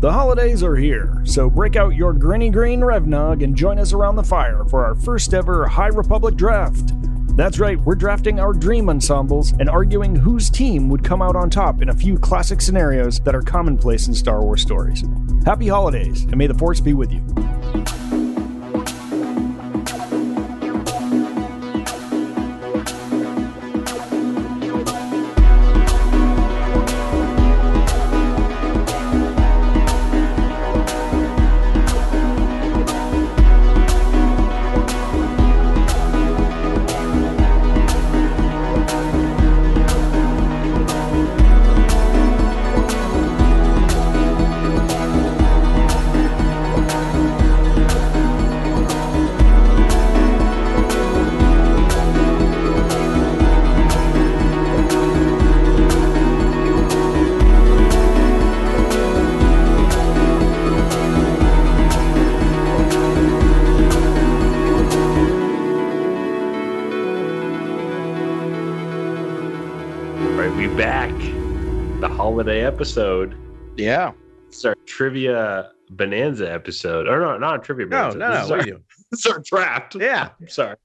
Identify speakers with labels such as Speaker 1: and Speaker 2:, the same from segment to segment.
Speaker 1: The holidays are here, so break out your Grinny Green Revnog and join us around the fire for our first ever High Republic draft. That's right, we're drafting our dream ensembles and arguing whose team would come out on top in a few classic scenarios that are commonplace in Star Wars stories. Happy holidays, and may the Force be with you.
Speaker 2: All right, we back. The holiday episode.
Speaker 3: Yeah.
Speaker 2: It's our trivia bonanza episode. Or no, not a trivia
Speaker 3: No,
Speaker 2: bonanza.
Speaker 3: no,
Speaker 2: this
Speaker 3: no.
Speaker 2: Is
Speaker 3: What
Speaker 2: our,
Speaker 3: are you?
Speaker 2: this is our draft.
Speaker 3: Yeah.
Speaker 2: I'm sorry.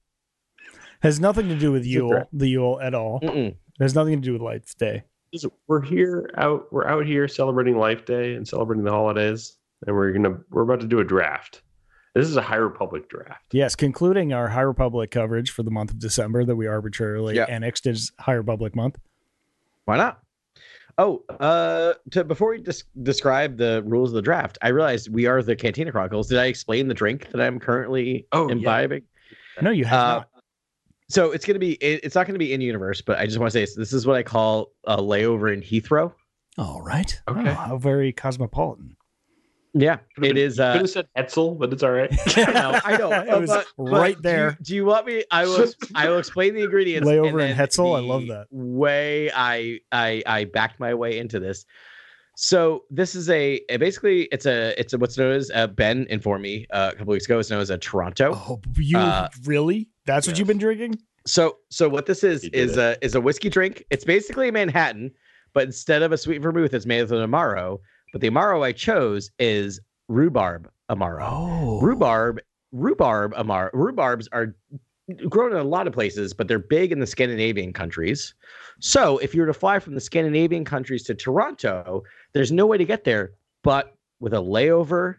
Speaker 1: Has nothing to do with Yule,
Speaker 2: Yule-
Speaker 1: the Yule at all.
Speaker 3: Mm-mm.
Speaker 1: It has nothing to do with Lights Day.
Speaker 2: This is- We're here out we're out here celebrating Life Day and celebrating the holidays. And we're gonna we're about to do a draft. This is a High Republic draft.
Speaker 1: Yes, concluding our High Republic coverage for the month of December that we arbitrarily
Speaker 3: Yeah.
Speaker 1: annexed as High Republic month.
Speaker 3: Why not? Oh, uh, to, before we dis- describe the rules of the draft, I realized we are the Cantina Chronicles. Did I explain the drink that I'm currently
Speaker 2: Oh, yeah.
Speaker 3: imbibing?
Speaker 1: No, you have
Speaker 3: Uh,
Speaker 1: not.
Speaker 3: So it's gonna be. It, it's not gonna be in universe, but I just want to say this, this is what I call a layover in Heathrow.
Speaker 1: All right.
Speaker 2: Okay.
Speaker 1: Oh, how very cosmopolitan.
Speaker 3: Yeah,
Speaker 2: Could've
Speaker 3: it
Speaker 2: been-
Speaker 3: is.
Speaker 2: Could
Speaker 3: Uh,
Speaker 2: have said Etzel, but it's all right.
Speaker 3: know, I know, Uh,
Speaker 1: it was
Speaker 3: but-
Speaker 1: right
Speaker 3: But do you-
Speaker 1: there.
Speaker 3: Do you, want me? I will. I will explain the ingredients. and
Speaker 1: Layover in
Speaker 3: then
Speaker 1: Hetzel, I
Speaker 3: the
Speaker 1: love that.
Speaker 3: Way I I I backed my way into this. So this is a, a- basically it's a it's a, what's known as uh, Ben informed me uh, a couple weeks ago. It's known as a Toronto.
Speaker 1: Oh, you
Speaker 3: Uh,
Speaker 1: really? That's what
Speaker 2: yes.
Speaker 1: you've been drinking?
Speaker 3: So so what this is
Speaker 2: He did
Speaker 3: is a is a whiskey drink. It's basically a Manhattan, but instead of a sweet vermouth, it's made with an amaro. But the amaro I chose is rhubarb amaro.
Speaker 1: Oh.
Speaker 3: rhubarb rhubarb amar rhubarbs are grown in a lot of places but they're big in the scandinavian countries so if you were to fly from the scandinavian countries to toronto there's no way to get there but with a layover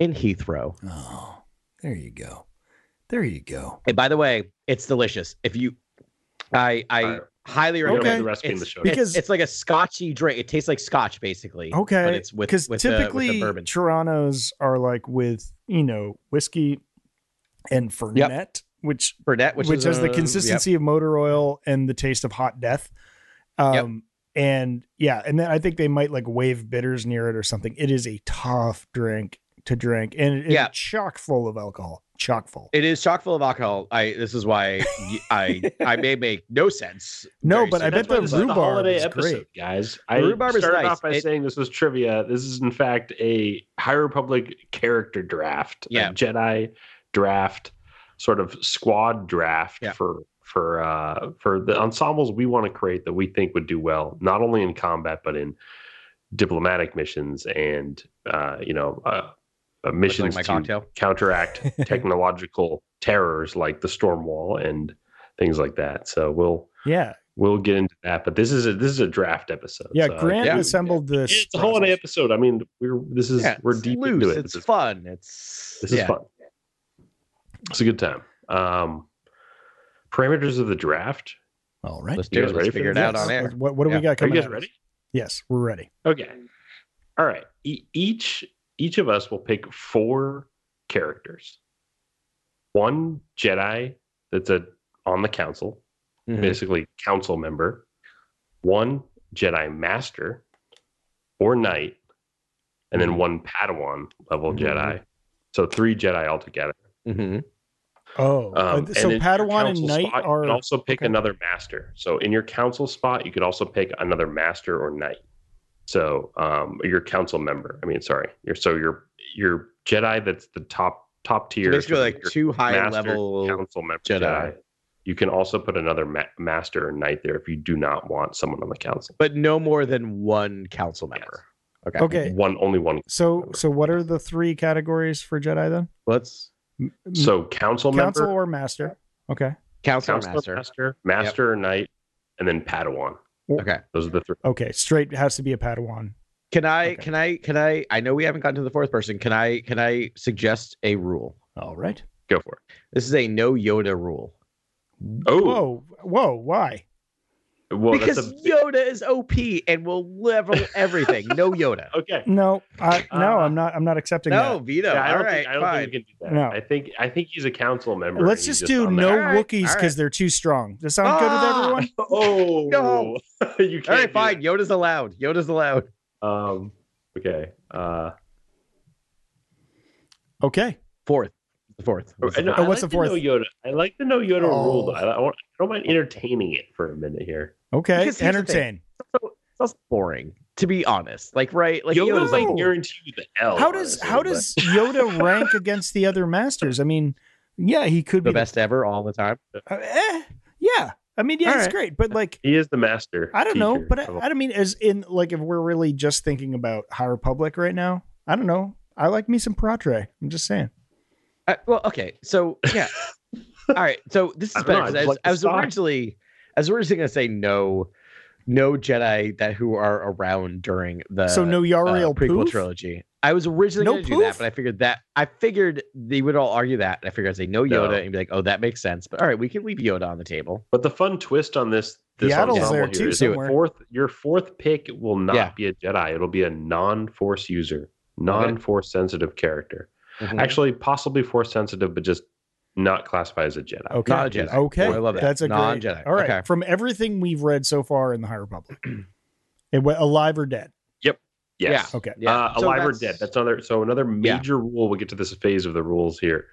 Speaker 3: in heathrow
Speaker 4: Oh, there you go. There you go.
Speaker 3: and by the way it's delicious if you i i
Speaker 2: All right.
Speaker 3: highly
Speaker 2: We're gonna
Speaker 3: recommend
Speaker 2: put the recipe in
Speaker 3: it's,
Speaker 2: the show
Speaker 3: it's-
Speaker 1: notes.
Speaker 3: it's like a scotchy drink it tastes like scotch basically but
Speaker 1: Okay.
Speaker 3: it's with
Speaker 1: Because
Speaker 3: with the- with
Speaker 1: typically,
Speaker 3: the bourbon
Speaker 1: Torontos are like with, you know, whiskey and Fernet, which
Speaker 3: Burnett,
Speaker 1: which,
Speaker 3: which,
Speaker 1: has the
Speaker 3: uh,
Speaker 1: consistency of motor oil and the taste of hot death. Um, and yeah, and then I think they might like wave bitters near it or something. It is a tough drink to drink, and it- it's
Speaker 3: Yeah.
Speaker 1: chock full of alcohol, chock full.
Speaker 3: It is chock full of alcohol. I this is why I I may make no sense.
Speaker 1: No,
Speaker 3: very
Speaker 1: but I
Speaker 3: soon.
Speaker 1: bet
Speaker 2: That's why
Speaker 1: the
Speaker 2: this is
Speaker 1: rhubarb is great.
Speaker 2: guys.
Speaker 3: The
Speaker 2: I
Speaker 3: rhubarb is
Speaker 2: started
Speaker 3: nice.
Speaker 2: off by
Speaker 3: It-
Speaker 2: saying this was trivia. This is in fact a High Republic character draft, a
Speaker 3: Yeah.
Speaker 2: Jedi draft, sort of squad draft
Speaker 3: Yeah.
Speaker 2: for for uh, for the ensembles we want to create that we think would do well, not only in combat but in diplomatic missions and uh, you know uh, uh,
Speaker 3: Much
Speaker 2: missions
Speaker 3: like my
Speaker 2: to
Speaker 3: cocktail.
Speaker 2: counteract technological terrors like the storm wall and things like that. So we'll
Speaker 1: Yeah,
Speaker 2: we'll get into that. But this is a this is a draft episode.
Speaker 1: yeah.
Speaker 2: so
Speaker 1: Grant
Speaker 3: yeah.
Speaker 1: assembled this.
Speaker 2: uh, it's a holiday
Speaker 1: process.
Speaker 2: episode. I mean, we're this is
Speaker 3: Yeah,
Speaker 2: we're
Speaker 3: it's
Speaker 2: deep
Speaker 3: loose.
Speaker 2: into it.
Speaker 3: It's
Speaker 2: this, is-
Speaker 3: fun. It's
Speaker 2: this is
Speaker 3: yeah.
Speaker 2: fun. It's a good time. Um, parameters of the draft.
Speaker 4: All right.
Speaker 3: Let's
Speaker 2: You
Speaker 3: do
Speaker 2: guys
Speaker 3: it. Let's
Speaker 2: ready for
Speaker 3: figure it
Speaker 2: this?
Speaker 3: out on
Speaker 1: Yes.
Speaker 3: air.
Speaker 1: What, what do we
Speaker 3: Yeah.
Speaker 1: got
Speaker 2: Are
Speaker 1: coming?
Speaker 2: you guys
Speaker 1: at us?
Speaker 2: ready?
Speaker 1: Yes, we're ready.
Speaker 2: Okay. All right. E- each each of us will pick four characters. One Jedi that's a on the council,
Speaker 1: Hmm.
Speaker 3: Mhm.
Speaker 2: basically council member, one Jedi master or knight, and
Speaker 1: Hmm.
Speaker 2: then one Padawan level
Speaker 3: Mhm.
Speaker 2: Jedi. So three Jedi altogether.
Speaker 3: Mhm.
Speaker 1: Oh, uh,
Speaker 2: Um,
Speaker 1: so
Speaker 2: and in your
Speaker 1: Padawan and
Speaker 2: council
Speaker 1: Knight
Speaker 2: spot, you
Speaker 1: are
Speaker 2: can also pick
Speaker 1: okay.
Speaker 2: another master. So in your council spot, you could also pick another master or knight. So um, your council member. I mean, sorry, your so your your Jedi that's the top top tier.
Speaker 3: Basically,
Speaker 2: so
Speaker 3: like
Speaker 2: your
Speaker 3: two high
Speaker 2: master,
Speaker 3: level.
Speaker 2: council member
Speaker 3: Jedi.
Speaker 2: Jedi. You can also put another ma- master or knight there if you do not want someone on the council.
Speaker 3: But no more than one council
Speaker 2: Yes.
Speaker 3: member. Okay.
Speaker 1: Okay.
Speaker 2: One only one.
Speaker 1: So so what are the three categories for Jedi then?
Speaker 3: Let's
Speaker 1: M- m-
Speaker 2: So council,
Speaker 1: Mm. council
Speaker 2: member,
Speaker 1: or master. Okay.
Speaker 3: council
Speaker 2: council master,
Speaker 3: master.
Speaker 2: master, or knight, and then Padawan.
Speaker 3: Okay.
Speaker 2: Those are the three.
Speaker 1: Okay. Straight has to be a Padawan.
Speaker 3: Can I?
Speaker 1: Okay.
Speaker 3: Can I? Can I? I know we haven't gotten to the fourth person. Can I? Can I suggest a rule?
Speaker 4: All right.
Speaker 2: Go for it.
Speaker 3: This is a no Yoda rule.
Speaker 2: Oh,
Speaker 1: Whoa. Whoa. Why?
Speaker 2: well,
Speaker 3: because
Speaker 2: that's a,
Speaker 3: Yoda is OP and will level everything. no Yoda.
Speaker 2: okay.
Speaker 1: No. I, no.
Speaker 2: Uh,
Speaker 1: I'm not. I'm not accepting
Speaker 3: No
Speaker 1: that.
Speaker 3: veto.
Speaker 2: Yeah, I
Speaker 3: All
Speaker 2: don't,
Speaker 3: right,
Speaker 2: think, I don't
Speaker 3: fine.
Speaker 2: think you can do that.
Speaker 1: No.
Speaker 2: I think I think he's a council member.
Speaker 1: Let's
Speaker 2: and he's
Speaker 1: just do
Speaker 2: on
Speaker 1: no
Speaker 2: that.
Speaker 3: All right,
Speaker 1: Wookiees
Speaker 3: all
Speaker 1: because
Speaker 3: right.
Speaker 1: they're too strong. Does that sound good with
Speaker 3: Ah!
Speaker 1: everyone?
Speaker 2: Oh
Speaker 3: No.
Speaker 2: you can't.
Speaker 3: All right,
Speaker 2: do
Speaker 3: fine. Yoda's allowed. Yoda's allowed.
Speaker 2: that. Um, okay. Uh,
Speaker 1: Okay.
Speaker 3: Fourth. The fourth.
Speaker 2: I know- I
Speaker 1: what's
Speaker 2: like
Speaker 1: the fourth?
Speaker 2: To know Yoda. I like the no Yoda
Speaker 1: Oh.
Speaker 2: rule. Though. I, I want- I don't mind entertaining it for a minute here.
Speaker 1: Okay.
Speaker 3: Because here's the thing.
Speaker 1: Entertain.
Speaker 3: That's boring, to be honest. Like, right? Like
Speaker 2: Yoda's
Speaker 1: No.
Speaker 2: like guarantee you the
Speaker 3: Oh,
Speaker 2: L.
Speaker 1: How does
Speaker 2: honestly,
Speaker 1: how
Speaker 2: but-
Speaker 1: does Yoda rank against the other masters? I mean, yeah, he could be
Speaker 3: the best ever all the time.
Speaker 1: Uh, eh, yeah. I mean, yeah,
Speaker 3: All
Speaker 1: it's
Speaker 3: right.
Speaker 1: great, but like
Speaker 2: he is the master?
Speaker 1: I don't know,
Speaker 2: teacher
Speaker 1: but I,
Speaker 2: of all-
Speaker 1: I don't mean as in like if we're really just thinking about High Republic right now. I don't know. I like me some Pratre. I'm just saying.
Speaker 3: Uh, well, okay. So yeah. all right. So this
Speaker 2: I
Speaker 3: is
Speaker 2: don't know,
Speaker 3: better
Speaker 2: I
Speaker 3: 'cause
Speaker 2: just
Speaker 3: I, was,
Speaker 2: like the
Speaker 3: I was
Speaker 2: style.
Speaker 3: originally I was originally gonna say no, no Jedi that who are around during the
Speaker 1: so no
Speaker 3: uh,
Speaker 1: Yariel
Speaker 3: prequel
Speaker 1: Poof?
Speaker 3: trilogy. I was originally
Speaker 1: No
Speaker 3: gonna do that,
Speaker 1: poof?
Speaker 3: but I figured that I figured they would all argue that. And I figured I'd say no Yoda
Speaker 2: No.
Speaker 3: and be like, oh, that makes sense. But all right, we can leave Yoda on the table.
Speaker 2: But the fun twist on this this
Speaker 1: Yaddle's
Speaker 2: ensemble
Speaker 1: there
Speaker 2: here
Speaker 1: too
Speaker 2: is
Speaker 1: somewhere.
Speaker 2: fourth your fourth pick will not
Speaker 3: Yeah.
Speaker 2: be a Jedi. It'll be a non-force user, non-force sensitive character.
Speaker 1: Mm-hmm.
Speaker 3: Actually,
Speaker 2: Actually, possibly force sensitive, but just not classified as a Jedi.
Speaker 1: Okay.
Speaker 3: Not a Jedi.
Speaker 1: Okay.
Speaker 3: Oh, I love that.
Speaker 1: That's a
Speaker 3: Not
Speaker 1: great.
Speaker 3: a Jedi.
Speaker 1: All right.
Speaker 3: Okay.
Speaker 1: From everything we've read so far in the High Republic, it went alive or dead.
Speaker 2: Yes.
Speaker 1: Okay.
Speaker 2: Uh,
Speaker 3: So
Speaker 2: alive or
Speaker 3: that's-
Speaker 2: dead. That's another. So another
Speaker 3: Yeah.
Speaker 2: major rule. We'll get to this phase of the rules here.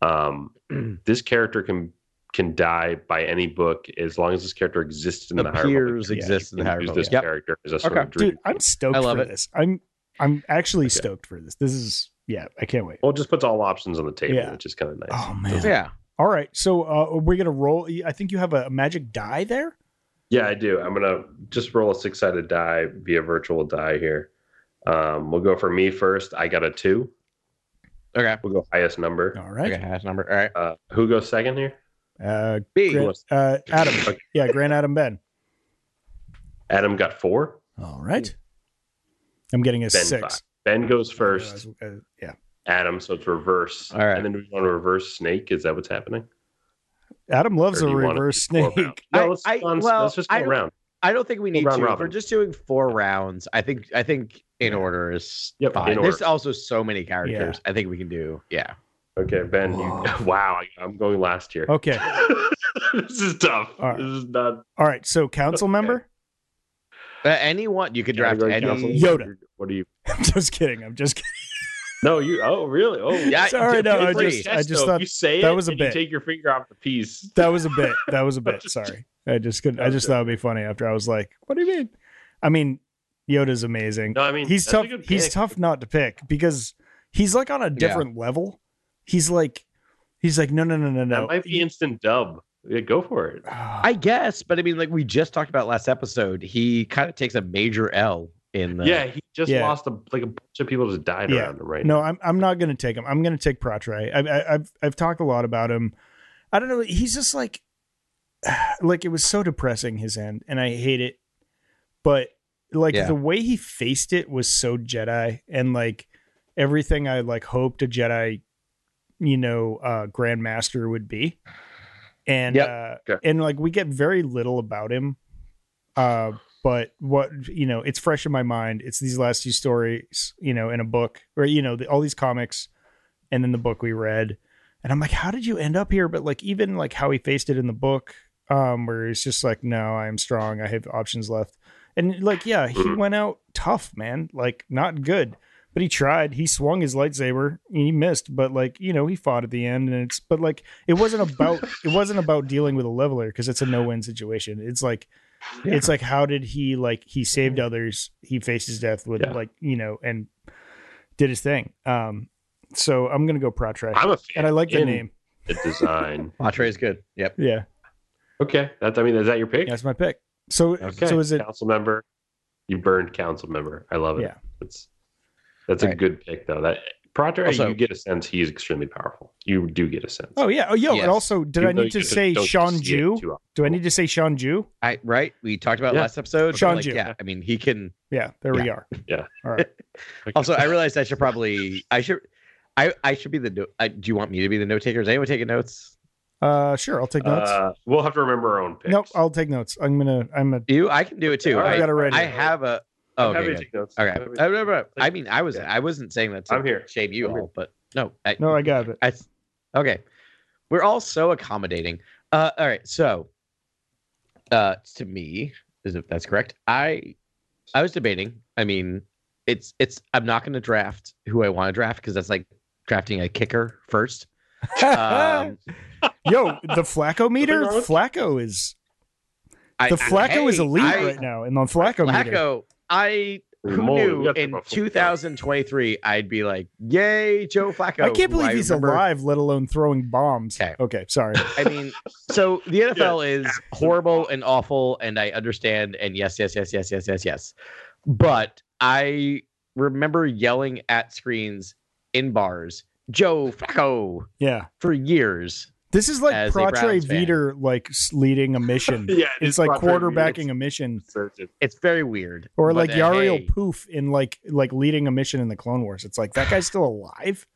Speaker 2: Um, this character can can die by any book as long as this character exists in the, High Republic.
Speaker 3: appears
Speaker 1: Yeah,
Speaker 3: exists in
Speaker 2: You
Speaker 3: the higher
Speaker 2: can use
Speaker 3: Republic.
Speaker 2: this
Speaker 3: Yep.
Speaker 2: character as a sort
Speaker 3: Okay.
Speaker 2: of
Speaker 1: Dude,
Speaker 2: dream.
Speaker 1: I'm stoked
Speaker 3: I love
Speaker 1: for
Speaker 3: it.
Speaker 1: this. I'm I'm actually
Speaker 2: Okay.
Speaker 1: stoked for this. This is yeah. I can't wait.
Speaker 2: Well, it just puts all options on the table,
Speaker 1: Yeah.
Speaker 2: which is kind of nice.
Speaker 1: Oh man.
Speaker 3: Yeah.
Speaker 1: All right. So uh, we're gonna roll. I think you have a magic die there.
Speaker 2: Yeah, I do. I'm gonna just roll a six sided die via virtual die here. Um, we'll go for me first. I got a two.
Speaker 3: Okay.
Speaker 2: We'll go highest number.
Speaker 1: All right.
Speaker 3: Okay. Half number. All right.
Speaker 2: Uh, who goes second here?
Speaker 1: Uh,
Speaker 3: B.
Speaker 2: Great.
Speaker 1: Grant, uh, Adam.
Speaker 2: Okay.
Speaker 1: Yeah, Grant Adam Ben.
Speaker 2: Adam got four.
Speaker 4: All right.
Speaker 1: I'm getting a
Speaker 2: Ben
Speaker 1: six.
Speaker 2: five. Ben goes first.
Speaker 1: Uh, yeah.
Speaker 2: Adam, so it's reverse.
Speaker 3: All right.
Speaker 2: And then we want to reverse snake. Is that what's happening?
Speaker 1: Adam loves
Speaker 2: Or
Speaker 1: a
Speaker 2: do you wanna
Speaker 1: reverse
Speaker 2: do four rounds?
Speaker 1: snake.
Speaker 2: No,
Speaker 3: I-
Speaker 2: let's,
Speaker 3: I-
Speaker 2: let's-
Speaker 3: well,
Speaker 2: let's just go
Speaker 3: I don't-
Speaker 2: around.
Speaker 3: I don't think we need
Speaker 2: round
Speaker 3: to. If
Speaker 2: robin.
Speaker 3: We're just doing four rounds. I think I think in order is
Speaker 2: Yep,
Speaker 3: fine.
Speaker 2: in
Speaker 3: There's
Speaker 2: order.
Speaker 3: also so many characters. I think we can do. Yeah.
Speaker 2: Okay, Ben. You, wow, I, I'm going last here.
Speaker 1: Okay.
Speaker 2: this is tough.
Speaker 1: All right.
Speaker 2: This is not
Speaker 1: All right. So council
Speaker 2: Okay.
Speaker 1: member.
Speaker 3: Uh, anyone you could draft
Speaker 2: Category
Speaker 3: any.
Speaker 2: council.
Speaker 1: Yoda.
Speaker 2: What do you?
Speaker 1: I'm just kidding. I'm just kidding.
Speaker 2: No, you. Oh, really? Oh,
Speaker 3: Yeah,
Speaker 1: Sorry, no,
Speaker 2: Feel
Speaker 1: I
Speaker 2: free.
Speaker 1: just-
Speaker 2: Yes,
Speaker 1: I just
Speaker 2: though,
Speaker 1: thought
Speaker 2: if you say
Speaker 1: that
Speaker 2: it
Speaker 1: was a
Speaker 2: and you
Speaker 1: bit.
Speaker 2: take your finger off the piece.
Speaker 1: That was a bit. That was a bit. Sorry. I just couldn't. I just thought it'd be funny after I was like, "What do you mean?" I mean, Yoda's amazing.
Speaker 2: No, I mean
Speaker 1: he's
Speaker 2: that's a
Speaker 1: tough.
Speaker 2: good
Speaker 1: He's
Speaker 2: pick.
Speaker 1: tough not to pick because he's like on a different level. He's like, he's like, no, no, no, no,
Speaker 2: That
Speaker 1: no.
Speaker 2: might be instant dub. Yeah, go for it.
Speaker 1: Ah,
Speaker 3: I guess, but I mean, like we just talked about last episode, he kind of takes a major L in the.
Speaker 2: yeah, he just
Speaker 1: Yeah.
Speaker 2: lost a like a bunch of people just died
Speaker 1: Yeah.
Speaker 2: around him right
Speaker 1: no, I'm I'm not gonna take him. I'm gonna take Pratre. I've I- I've I've talked a lot about him. I don't know. He's just like, like it was so depressing his end, and I hate it. But like
Speaker 3: Yeah.
Speaker 1: the way he faced it was so Jedi, and like everything I like hoped a Jedi, you know, uh, Grandmaster would be, and
Speaker 3: Yep.
Speaker 1: uh,
Speaker 2: Okay.
Speaker 1: and like we get very little about him. Uh, but what you know it's fresh in my mind it's these last two stories you know in a book or you know the, all these comics and then the book we read and i'm like how did you end up here but like even like how he faced it in the book um where he's just like no i'm strong i have options left and like yeah he
Speaker 2: Mhm.
Speaker 1: went out tough man like not good but he tried he swung his lightsaber he missed but like you know he fought at the end and it's but like it wasn't about it wasn't about dealing with a leveler because it's a no-win situation it's like
Speaker 3: Yeah.
Speaker 1: it's like how did he like he saved others he faced his death with
Speaker 2: Yeah.
Speaker 1: like you know and did his thing um so i'm gonna go pratre
Speaker 2: I'm a fan.
Speaker 1: and i like the
Speaker 2: in
Speaker 1: name
Speaker 2: The design.
Speaker 3: Matre is good. Yep.
Speaker 1: yeah
Speaker 2: okay, that's. I mean, is that your pick?
Speaker 1: that's my pick so
Speaker 2: Okay.
Speaker 1: so is it
Speaker 2: council member? You burned council member. I love it.
Speaker 1: Yeah.
Speaker 2: That's that's a
Speaker 3: Right.
Speaker 2: good pick though. That Proctor,
Speaker 3: Also-
Speaker 2: you get a sense he's extremely powerful. You do get a sense.
Speaker 1: Oh yeah. Oh yo.
Speaker 3: Yes.
Speaker 1: And also, did I
Speaker 2: Even though
Speaker 1: need to
Speaker 2: you just
Speaker 1: say
Speaker 2: don't
Speaker 1: Sean
Speaker 2: see it
Speaker 1: Jew?
Speaker 2: too often.
Speaker 1: Do I need to say Sean Jew?
Speaker 3: I right. We talked about it
Speaker 2: Yeah.
Speaker 3: last episode. but,
Speaker 1: Sean
Speaker 3: like,
Speaker 1: Jew.
Speaker 3: yeah, I mean he can
Speaker 1: Yeah. There we are.
Speaker 2: Yeah.
Speaker 1: All right.
Speaker 2: Like,
Speaker 3: also I realized I should probably I should I, I should be the no- I, do you want me to be the note taker? Is anyone taking notes?
Speaker 1: Uh, sure. I'll take notes.
Speaker 2: uh, we'll have to remember our own picks.
Speaker 1: nope. Oh, I'll take notes. I'm gonna. I'm a.
Speaker 3: You I can do it too.
Speaker 2: All
Speaker 1: I
Speaker 2: right.
Speaker 3: I,
Speaker 1: got it ready.
Speaker 3: I have a oh,
Speaker 2: I'm happy
Speaker 3: okay.
Speaker 2: to
Speaker 3: good. Oh,
Speaker 2: take notes. I'm
Speaker 3: Okay.
Speaker 2: happy to
Speaker 3: I,
Speaker 2: take notes.
Speaker 3: remember, I mean I was I wasn't saying that to
Speaker 2: I'm here.
Speaker 3: shame you
Speaker 2: I'm here.
Speaker 3: all, but no. I,
Speaker 1: no, I got it.
Speaker 3: I okay. We're all so accommodating. Uh, all right. So, uh, to me, is if that's correct, I, I was debating. I mean, it's it's. I'm not going to draft who I want to draft because that's like drafting a kicker first. Um,
Speaker 1: Yo, the Flacco meter.
Speaker 2: wrong with-
Speaker 1: Flacco is
Speaker 3: I-
Speaker 1: the
Speaker 3: I-
Speaker 1: Flacco is
Speaker 3: hey,
Speaker 1: elite
Speaker 3: I-
Speaker 1: right now, and the Flacco, meter.
Speaker 3: Flacco. I
Speaker 2: Holy
Speaker 3: who
Speaker 2: moly, we gotta
Speaker 3: knew
Speaker 2: talk
Speaker 3: in
Speaker 2: about football.
Speaker 3: 2023 I'd be like, yay, Joe Flacco.
Speaker 1: I can't
Speaker 3: who
Speaker 1: believe he's
Speaker 3: remember-
Speaker 1: alive, let alone throwing bombs.
Speaker 3: Okay.
Speaker 1: Okay. Sorry.
Speaker 3: I mean, so the NFL is horrible and awful, and I understand. And yes, yes, yes, yes, yes, yes, yes. But I remember yelling at screens in bars, Joe Flacco,
Speaker 1: Yeah.
Speaker 3: for years.
Speaker 1: This is like
Speaker 3: As a
Speaker 1: Pratre
Speaker 3: Browns fan.
Speaker 1: Veter like s- leading a mission.
Speaker 2: Yeah, it
Speaker 1: it's
Speaker 2: is
Speaker 1: like
Speaker 2: Proctor.
Speaker 1: quarterbacking
Speaker 2: It's
Speaker 1: a mission,
Speaker 2: inserted.
Speaker 3: It's very weird.
Speaker 1: or
Speaker 3: But,
Speaker 1: like
Speaker 3: uh,
Speaker 1: Yariel
Speaker 3: hey,
Speaker 1: Poof in like like leading a mission in the Clone Wars. It's like that guy's still alive.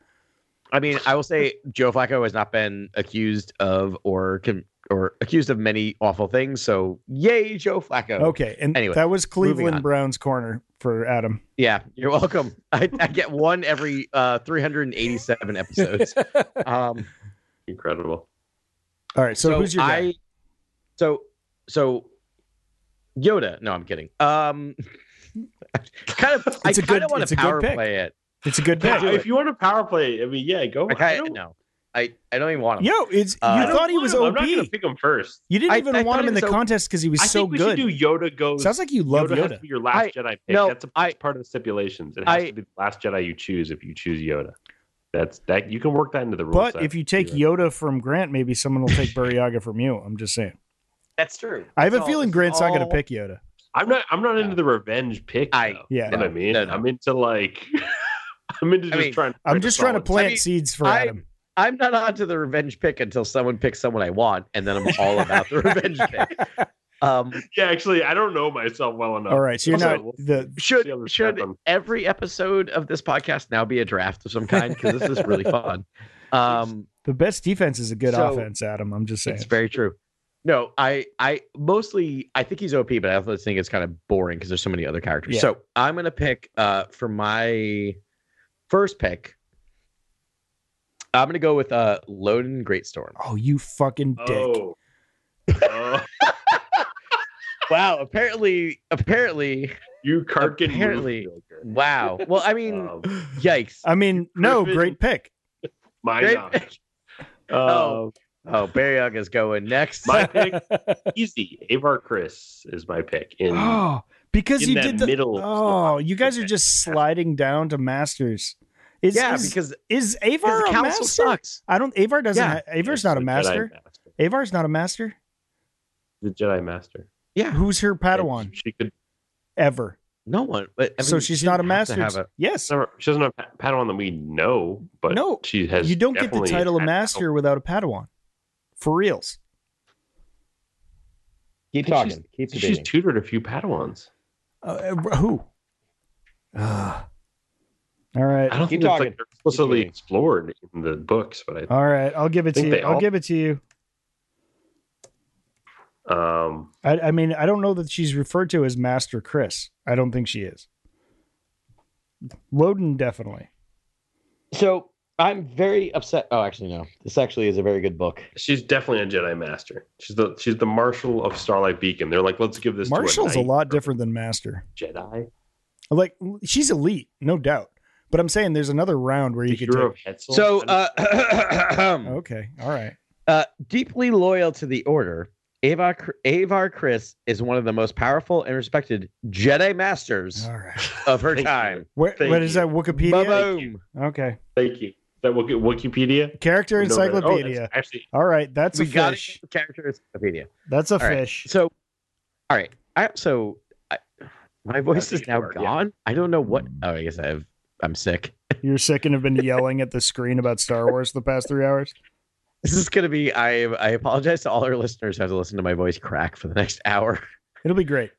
Speaker 3: I mean, I will say Joe Flacco has not been accused of or com- or accused of many awful things. So yay, Joe Flacco.
Speaker 1: Okay, and
Speaker 3: Oh. Anyway,
Speaker 1: that was
Speaker 3: on.
Speaker 1: Cleveland Browns corner for Adam.
Speaker 3: Yeah, you're welcome. I, I get one every uh, 387 episodes. Um,
Speaker 2: Incredible.
Speaker 1: All right, so, who's your guy?
Speaker 3: I, so so Yoda. No, I'm kidding. Um, kind of. I
Speaker 1: It's a
Speaker 3: kind
Speaker 1: good-
Speaker 3: of want
Speaker 1: it's a
Speaker 3: to
Speaker 1: good
Speaker 3: power
Speaker 1: pick.
Speaker 3: play it.
Speaker 1: It's a good pick.
Speaker 2: Yeah,
Speaker 3: do
Speaker 2: if
Speaker 3: it.
Speaker 2: you want to power play, I mean, yeah, go.
Speaker 3: Like,
Speaker 2: I
Speaker 3: I,
Speaker 2: don't-
Speaker 3: no, I I don't even want him.
Speaker 1: Yo, it's
Speaker 3: Uh, I
Speaker 1: you
Speaker 3: don't
Speaker 1: thought he was
Speaker 2: I'm
Speaker 1: OB.
Speaker 2: not going to pick him first.
Speaker 1: you didn't
Speaker 3: I-
Speaker 1: even
Speaker 3: I
Speaker 1: want
Speaker 3: thought
Speaker 1: him
Speaker 3: he
Speaker 1: in the
Speaker 3: was O-
Speaker 1: contest because he was
Speaker 2: I
Speaker 1: so
Speaker 2: think we
Speaker 1: good.
Speaker 2: should do Yoda goes.
Speaker 1: Sounds like you love
Speaker 2: Yoda, has
Speaker 1: Yoda.
Speaker 2: to be your last
Speaker 3: I-
Speaker 2: Jedi pick.
Speaker 3: no,
Speaker 2: that's, a,
Speaker 3: I-
Speaker 2: that's part of the stipulations. It has
Speaker 3: I-
Speaker 2: to be the last Jedi you choose if you choose Yoda. That's that you can work that into the rules.
Speaker 1: But
Speaker 2: set.
Speaker 1: if you take
Speaker 2: You're
Speaker 1: Yoda from Grant, maybe someone will take Buryaga from you. I'm just saying.
Speaker 3: That's true.
Speaker 1: I have a
Speaker 3: That's all-
Speaker 1: feeling
Speaker 3: that's
Speaker 1: Grant's not going
Speaker 3: all-
Speaker 1: to pick Yoda.
Speaker 2: right. I'm not. I'm not
Speaker 3: Yeah.
Speaker 2: into the revenge pick.
Speaker 3: I-
Speaker 2: though.
Speaker 1: Yeah.
Speaker 2: You know what I mean,
Speaker 3: No, no.
Speaker 2: I'm into like. I'm into
Speaker 3: I
Speaker 2: just
Speaker 3: mean,
Speaker 2: trying. To
Speaker 1: I'm
Speaker 2: pick a
Speaker 1: just trying to
Speaker 2: solid-
Speaker 1: plant
Speaker 3: I mean,
Speaker 1: seeds for
Speaker 3: I-
Speaker 1: Adam.
Speaker 3: I'm not onto the revenge pick until someone picks someone I want, and then I'm all about the revenge pick. Um,
Speaker 2: Yeah, actually, I don't know myself well enough.
Speaker 1: All right, so you're
Speaker 2: Also,
Speaker 1: not
Speaker 2: we'll-
Speaker 1: the
Speaker 3: should
Speaker 2: See how this
Speaker 3: should
Speaker 2: happens.
Speaker 3: every episode of this podcast now be a draft of some kind? Because this is really fun. Um,
Speaker 1: the best defense is a good
Speaker 3: So-
Speaker 1: offense, Adam. I'm just saying.
Speaker 3: It's very true. No, I I mostly I think he's OP, but I also think it's kind of boring because there's so many other characters.
Speaker 1: Yeah.
Speaker 3: So I'm gonna pick uh for my first pick. I'm gonna go with uh Loden Great Storm.
Speaker 1: Oh, you fucking dick.
Speaker 2: Oh. Oh,
Speaker 3: Wow, apparently apparently
Speaker 2: you Karkin
Speaker 3: Apparently-
Speaker 2: Moonfielder.
Speaker 3: wow. Well, I
Speaker 1: Oh.
Speaker 3: mean,
Speaker 2: Um,
Speaker 3: yikes.
Speaker 1: I mean, no,
Speaker 2: Griffin-
Speaker 1: great pick.
Speaker 2: my
Speaker 3: Great
Speaker 2: knowledge.
Speaker 3: pick.
Speaker 2: Um,
Speaker 3: Oh, Barry is going next.
Speaker 2: My pick, easy. Avar Chris is my pick in,
Speaker 1: Oh, because
Speaker 2: in
Speaker 1: you
Speaker 2: that
Speaker 1: did the
Speaker 2: middle.
Speaker 1: Oh,
Speaker 2: slot.
Speaker 1: you guys are just sliding down to masters. Is
Speaker 3: yeah,
Speaker 1: is,
Speaker 3: because,
Speaker 1: is
Speaker 3: because
Speaker 1: Avar
Speaker 3: the
Speaker 1: a
Speaker 3: council
Speaker 1: master?
Speaker 3: sucks.
Speaker 1: I don't. Avar doesn't.
Speaker 3: Yeah.
Speaker 1: Ha- Avar's not a
Speaker 2: The Jedi
Speaker 1: master. Avar's not a master.
Speaker 2: The Jedi Master.
Speaker 3: Yeah.
Speaker 1: Who's her Padawan
Speaker 2: She could
Speaker 1: ever?
Speaker 3: No one. But, I
Speaker 1: so
Speaker 3: mean,
Speaker 1: she's
Speaker 3: you
Speaker 1: not a
Speaker 3: shouldn't have to
Speaker 1: master.
Speaker 3: have a-
Speaker 1: yes,
Speaker 2: never. She doesn't have pa- Padawan that we know, but
Speaker 1: No,
Speaker 2: she has.
Speaker 1: you don't get the
Speaker 2: definitely
Speaker 1: title of
Speaker 2: had
Speaker 1: master without a Padawan. For reals.
Speaker 3: Keep
Speaker 2: I think
Speaker 3: talking. Keep
Speaker 2: Padawan. She's
Speaker 3: debating.
Speaker 2: tutored a few Padawans.
Speaker 1: Uh, uh, who? Ugh. all right.
Speaker 2: I don't
Speaker 3: Keep
Speaker 2: think it's
Speaker 3: talking.
Speaker 2: like they're explicitly
Speaker 3: debating.
Speaker 2: explored in the books, but I
Speaker 1: All right. I'll give it to
Speaker 2: Think
Speaker 1: you.
Speaker 2: they
Speaker 1: I'll
Speaker 2: all-
Speaker 1: give it to you. Oh.
Speaker 2: um
Speaker 1: I, I mean, I don't know that she's referred to as Master Chris. I don't think she is. Loden definitely.
Speaker 3: So I'm very upset. Oh, actually, no. This actually is a very good book.
Speaker 2: she's definitely a Jedi Master. She's the she's the Marshal of Starlight Beacon. They're like, let's give this
Speaker 1: Marshall's
Speaker 2: to
Speaker 1: a
Speaker 2: knight
Speaker 1: lot
Speaker 2: or
Speaker 1: different than Master.
Speaker 2: Jedi.
Speaker 1: Like she's elite, no doubt. But I'm saying there's another round where
Speaker 2: The
Speaker 1: you could
Speaker 2: hero
Speaker 1: take.
Speaker 2: of Hetzel.
Speaker 3: So,
Speaker 2: I don't-
Speaker 3: uh,
Speaker 1: Okay, all right.
Speaker 3: uh, deeply loyal to the Order, Avar, Avar Chris is one of the most powerful and respected Jedi Masters
Speaker 1: All right.
Speaker 3: of her
Speaker 2: Thank
Speaker 3: time.
Speaker 1: Where,
Speaker 2: Thank
Speaker 1: what is
Speaker 2: you.
Speaker 1: that? Ah, Wikipedia.
Speaker 3: Boom.
Speaker 1: Okay,
Speaker 2: Thank you. That will get Wikipedia.
Speaker 1: character
Speaker 2: No, that- oh, that's
Speaker 1: encyclopedia.
Speaker 2: actually,
Speaker 1: all right, that's a
Speaker 3: We got
Speaker 1: fish.
Speaker 3: it. Character encyclopedia.
Speaker 1: That's a
Speaker 3: All right.
Speaker 1: fish.
Speaker 3: So, all right. I so I, My voice
Speaker 2: think
Speaker 3: is
Speaker 2: it
Speaker 3: now
Speaker 2: worked, yeah.
Speaker 3: gone. I don't know what. Oh, I guess I have. I'm sick.
Speaker 1: You're sick and have been yelling at the screen about Star Wars the past three hours.
Speaker 3: This is gonna be. I I apologize to all our listeners who have to listen to my voice crack for the next hour.
Speaker 1: It'll be great.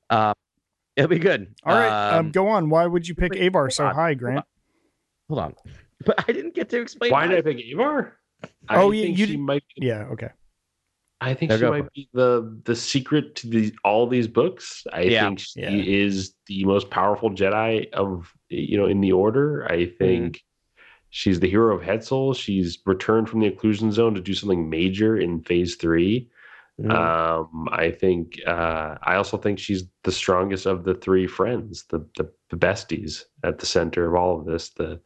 Speaker 3: It'll be good.
Speaker 1: All right, um,
Speaker 3: Um,
Speaker 1: go on. Why would you pick
Speaker 3: wait,
Speaker 1: Avar so
Speaker 3: hold on,
Speaker 1: high, Grant?
Speaker 3: hold on. But I didn't get to explain.
Speaker 2: Why
Speaker 3: Why
Speaker 2: did I pick Avar?
Speaker 1: Oh,
Speaker 2: I
Speaker 1: yeah,
Speaker 2: think
Speaker 1: you
Speaker 2: she
Speaker 1: did-
Speaker 2: might.
Speaker 1: Yeah, okay.
Speaker 2: I think
Speaker 3: No,
Speaker 2: she
Speaker 3: go for
Speaker 2: might be the the secret to these all these books. I
Speaker 3: Yeah.
Speaker 2: think she
Speaker 1: Yeah.
Speaker 2: is the most powerful Jedi of you know in the Order. I
Speaker 1: Mm.
Speaker 2: think she's the hero of Hetzel. She's returned from the occlusion zone to do something major in Phase Three.
Speaker 1: Mm-hmm.
Speaker 2: Um, I think. Uh, I also think she's the strongest of the three friends, the, the the besties at the center of all of this. The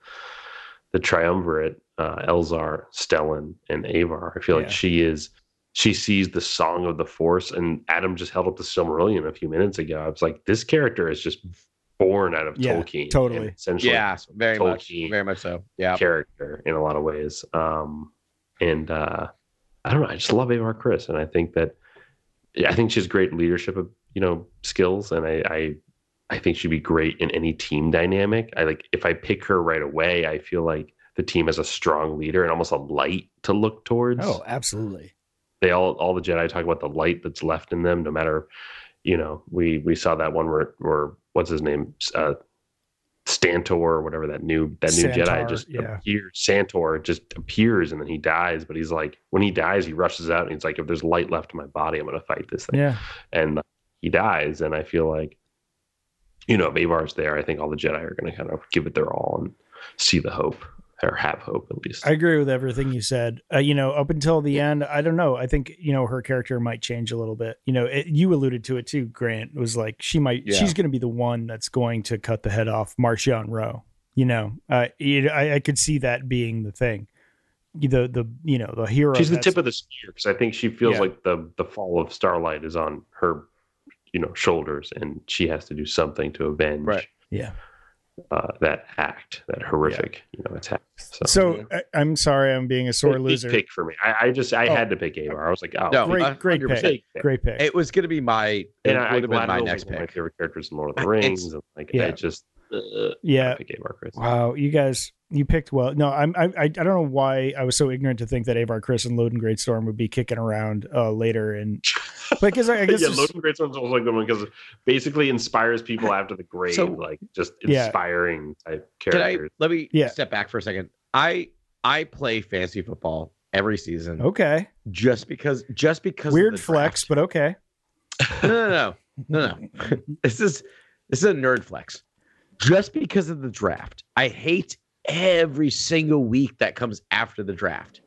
Speaker 2: the triumvirate, uh, Elzar, Stellan, and Avar. I feel
Speaker 1: Yeah.
Speaker 2: like she is. She sees the song of the Force, and Adam just held up the Silmarillion a few minutes ago. I was like, this character is just born out of
Speaker 1: Yeah,
Speaker 2: Tolkien. and
Speaker 1: totally.
Speaker 2: essentially,
Speaker 3: Mm. yeah, very much.
Speaker 2: Tolkien
Speaker 3: Very much so. Yeah.
Speaker 2: character in a lot of ways. Um, and uh, I don't know. I just love Avar Chris, and I think that yeah, I think she has great leadership, you know, skills, and I, I I think she'd be great in any team dynamic. I like if I pick her right away, I feel like the team has a strong leader and almost a light to look towards
Speaker 1: Oh, absolutely.
Speaker 2: they all all the Jedi talk about the light that's left in them, no matter you know, we we saw that one where where what's his name? Uh Stantor or whatever that new that new
Speaker 1: Santar,
Speaker 2: Jedi just
Speaker 1: yeah.
Speaker 2: appears Santor just appears and then he dies, but he's like when he dies, he rushes out and he's like, if there's light left in my body, I'm gonna fight this thing.
Speaker 1: Yeah,
Speaker 2: And uh, he dies, and I feel like you know, if Avar's there, I think all the Jedi are gonna kind of give it their all and see the hope or have hope at least.
Speaker 1: I agree with everything you said. Uh, you know, up until the end, I don't know. I think you know her character might change a little bit. You know, it, you alluded to it too. Grant was like, she might.
Speaker 3: Yeah.
Speaker 1: She's going to be the one that's going to cut the head off Marcion Rowe. You know, uh, you- I, I could see that being the thing. The the you know the hero.
Speaker 2: She's the
Speaker 1: that's-
Speaker 2: tip of the spear because I think she feels
Speaker 1: Yeah.
Speaker 2: like the the fall of Starlight is on her, you know, shoulders, and she has to do something to avenge
Speaker 3: Right.
Speaker 1: Yeah.
Speaker 2: uh, that act, that horrific, you know, attack. So,
Speaker 1: So I, I'm sorry, I'm being a
Speaker 2: Big
Speaker 1: sore loser.
Speaker 2: pick for me. I, I just I
Speaker 1: Oh.
Speaker 2: had to pick Avar. I was like, oh,
Speaker 3: No,
Speaker 2: please
Speaker 1: Great, great pick.
Speaker 3: 100%.
Speaker 2: pick.
Speaker 1: Great pick.
Speaker 3: It was gonna be my. It
Speaker 2: And I, I
Speaker 3: would have been
Speaker 2: Gladwell's
Speaker 3: my
Speaker 2: like
Speaker 3: next
Speaker 2: one of my
Speaker 3: pick.
Speaker 2: favorite characters in Lord of the
Speaker 3: It's-
Speaker 2: Rings, and like
Speaker 1: Yeah.
Speaker 2: I just uh,
Speaker 1: yeah,
Speaker 2: I pick Avar, Chris.
Speaker 1: Wow, you guys, you picked well. No, I'm, I, I I don't know why I was so ignorant to think that Avar Chris and Loden Great Storm would be kicking around uh, later, and but because I, I guess
Speaker 2: yeah,
Speaker 1: it's-
Speaker 2: Logan Great Storm's also a good one because basically inspires people after the grave,
Speaker 3: So-
Speaker 2: like just
Speaker 1: Yeah.
Speaker 2: inspiring type
Speaker 3: Can I
Speaker 2: characters.
Speaker 3: let me
Speaker 1: Yeah.
Speaker 3: step back for a second? I I play fantasy football every season
Speaker 1: okay,
Speaker 3: just because just because of
Speaker 1: Oh. weird
Speaker 3: the
Speaker 1: flex,
Speaker 3: draft.
Speaker 1: but okay.
Speaker 3: no, no, no, no, no. this is this is a nerd flex. Just because of the draft, I hate every single week that comes after the draft.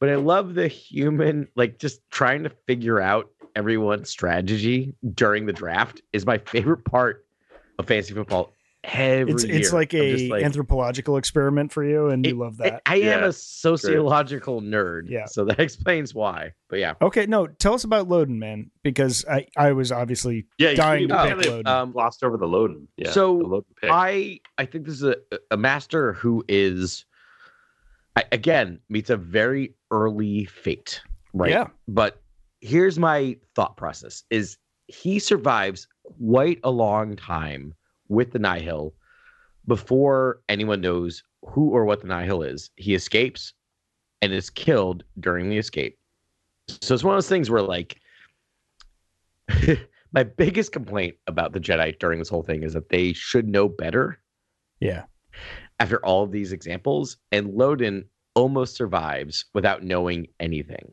Speaker 3: But I love the human, like just trying to figure out everyone's strategy during the draft is my favorite part of fantasy football. Every
Speaker 1: It's
Speaker 3: year,
Speaker 1: it's like
Speaker 3: I'm
Speaker 1: a
Speaker 3: just like,
Speaker 1: anthropological experiment for you, and you
Speaker 3: It-
Speaker 1: love
Speaker 3: I-
Speaker 1: that.
Speaker 3: I am
Speaker 2: Yeah,
Speaker 3: a sociological nerd.
Speaker 1: Yeah.
Speaker 3: So that explains why. But yeah.
Speaker 1: okay, no, tell us about Loden, man, because I I was obviously
Speaker 2: Yeah, you
Speaker 1: dying to
Speaker 3: Oh,
Speaker 1: pick Loden.
Speaker 3: Um,
Speaker 2: glossed over the Loden. Yeah,
Speaker 3: So,
Speaker 2: the Loden pick.
Speaker 3: I I think this is a, a master who is I, again meets a very early fate, right?
Speaker 1: Yeah,
Speaker 3: But here's my thought process is he survives quite a long time with the Nihil before anyone knows who or what the Nihil is. He escapes and is killed during the escape. So it's one of those things where like my biggest complaint about the Jedi during this whole thing is that they should know better
Speaker 1: yeah,
Speaker 3: after all of these examples, and Loden almost survives without knowing anything.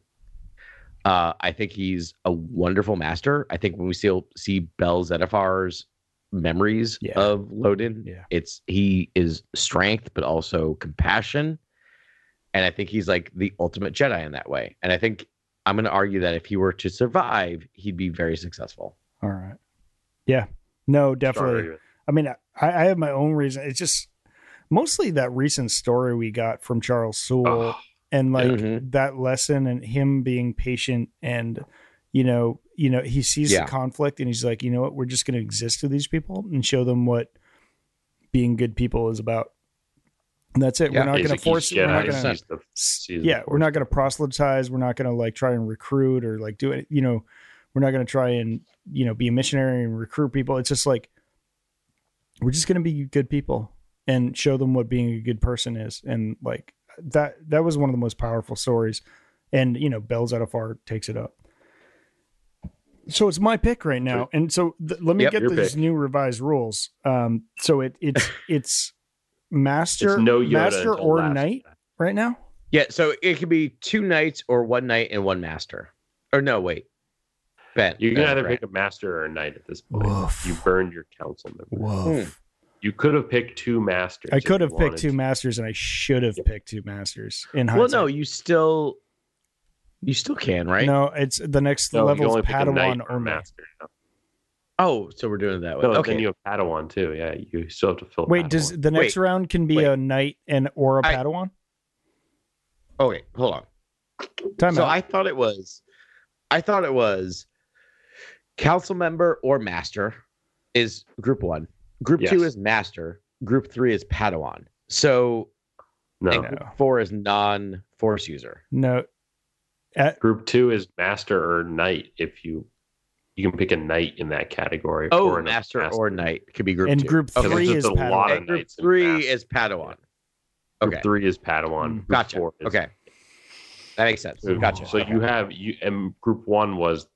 Speaker 3: Uh, I think he's a wonderful master. I think when we see, see Bel Zedifar's memories
Speaker 1: Yeah.
Speaker 3: of Loden,
Speaker 1: Yeah.
Speaker 3: it's he is strength, but also compassion. And I think he's like the ultimate Jedi in that way. And I think I'm going to argue that if he were to survive, he'd be very successful.
Speaker 1: all right, yeah, no, definitely.
Speaker 2: Sorry.
Speaker 1: I mean, I, I have my own reason. It's just mostly that recent story we got from Charles Sewell
Speaker 2: Oh,
Speaker 1: and like
Speaker 3: Mhm.
Speaker 1: that lesson and him being patient and you know, you know, he sees
Speaker 3: Yeah.
Speaker 1: the conflict and he's like, you know what, we're just going to exist to these people and show them what being good people is about. And that's it.
Speaker 3: Yeah.
Speaker 1: We're not
Speaker 2: he's
Speaker 1: going
Speaker 2: a-
Speaker 1: to force.
Speaker 2: he's
Speaker 1: We're not
Speaker 2: Jedi,
Speaker 1: going to
Speaker 3: gonna-
Speaker 2: he's the- he's
Speaker 1: yeah
Speaker 2: the
Speaker 1: we're not going to proselytize we're not going to like try and recruit or like do it you know we're not going to try and you know be a missionary and recruit people it's just like we're just gonna be good people and show them what being a good person is. And like that that was one of the most powerful stories. And you know, Bells Out of Far takes it up. So it's my pick right now, and so th- let me
Speaker 3: Yep,
Speaker 1: get
Speaker 2: your
Speaker 1: these
Speaker 2: pick.
Speaker 1: new revised rules. Um, so it it's it's master
Speaker 2: it's no Yoda
Speaker 1: master
Speaker 2: until
Speaker 1: or
Speaker 2: last.
Speaker 1: knight right now.
Speaker 3: Yeah, so it could be two knights or one knight and one master. Or no, wait. Ben.
Speaker 2: You can
Speaker 3: Ben,
Speaker 2: either
Speaker 3: right.
Speaker 2: pick a master or a knight at this point.
Speaker 4: Woof.
Speaker 2: You burned your council member.
Speaker 4: Whoa.
Speaker 2: You could have picked two masters.
Speaker 1: I
Speaker 2: if
Speaker 1: could
Speaker 2: you
Speaker 1: have picked two
Speaker 2: wanted
Speaker 1: masters, and I should have picked two masters in
Speaker 3: Well,
Speaker 1: hindsight.
Speaker 3: no, you still you still can, right?
Speaker 1: no, it's the next
Speaker 2: to. No, you
Speaker 1: level
Speaker 2: only
Speaker 1: is
Speaker 2: pick a knight
Speaker 1: Padawan or master.
Speaker 2: master. now.
Speaker 3: Oh, so we're doing it that way.
Speaker 2: No,
Speaker 3: okay.
Speaker 2: then you have Padawan too. Yeah, you still have to fill.
Speaker 1: Wait,
Speaker 2: Padawan.
Speaker 1: does the next
Speaker 3: Wait.
Speaker 1: round can be
Speaker 3: Wait.
Speaker 1: a knight and or a
Speaker 3: I-
Speaker 1: Padawan?
Speaker 3: oh wait, hold on.
Speaker 1: Time
Speaker 3: so
Speaker 1: out.
Speaker 3: I thought it was I thought it was council member or master is group one. Group two
Speaker 2: Yes.
Speaker 3: is master. Group three is Padawan. So
Speaker 2: no?
Speaker 3: and group four is non force user.
Speaker 1: no,
Speaker 2: Group two is master or knight. If you you can pick a knight in that category.
Speaker 3: Oh,
Speaker 2: an-
Speaker 3: master, or knight could be group
Speaker 1: and
Speaker 3: two.
Speaker 1: group
Speaker 3: Okay.
Speaker 1: three
Speaker 2: There's
Speaker 1: is
Speaker 2: just a lot
Speaker 1: Padawan.
Speaker 2: of
Speaker 3: And group
Speaker 2: knights and
Speaker 3: three
Speaker 2: masters.
Speaker 3: is Padawan.
Speaker 2: Group
Speaker 3: Okay,
Speaker 2: three is Padawan. Group
Speaker 3: Mm, gotcha.
Speaker 2: four is-
Speaker 3: Okay, that makes sense.
Speaker 2: So-
Speaker 3: Gotcha.
Speaker 2: So
Speaker 3: Okay.
Speaker 2: you have you and group one was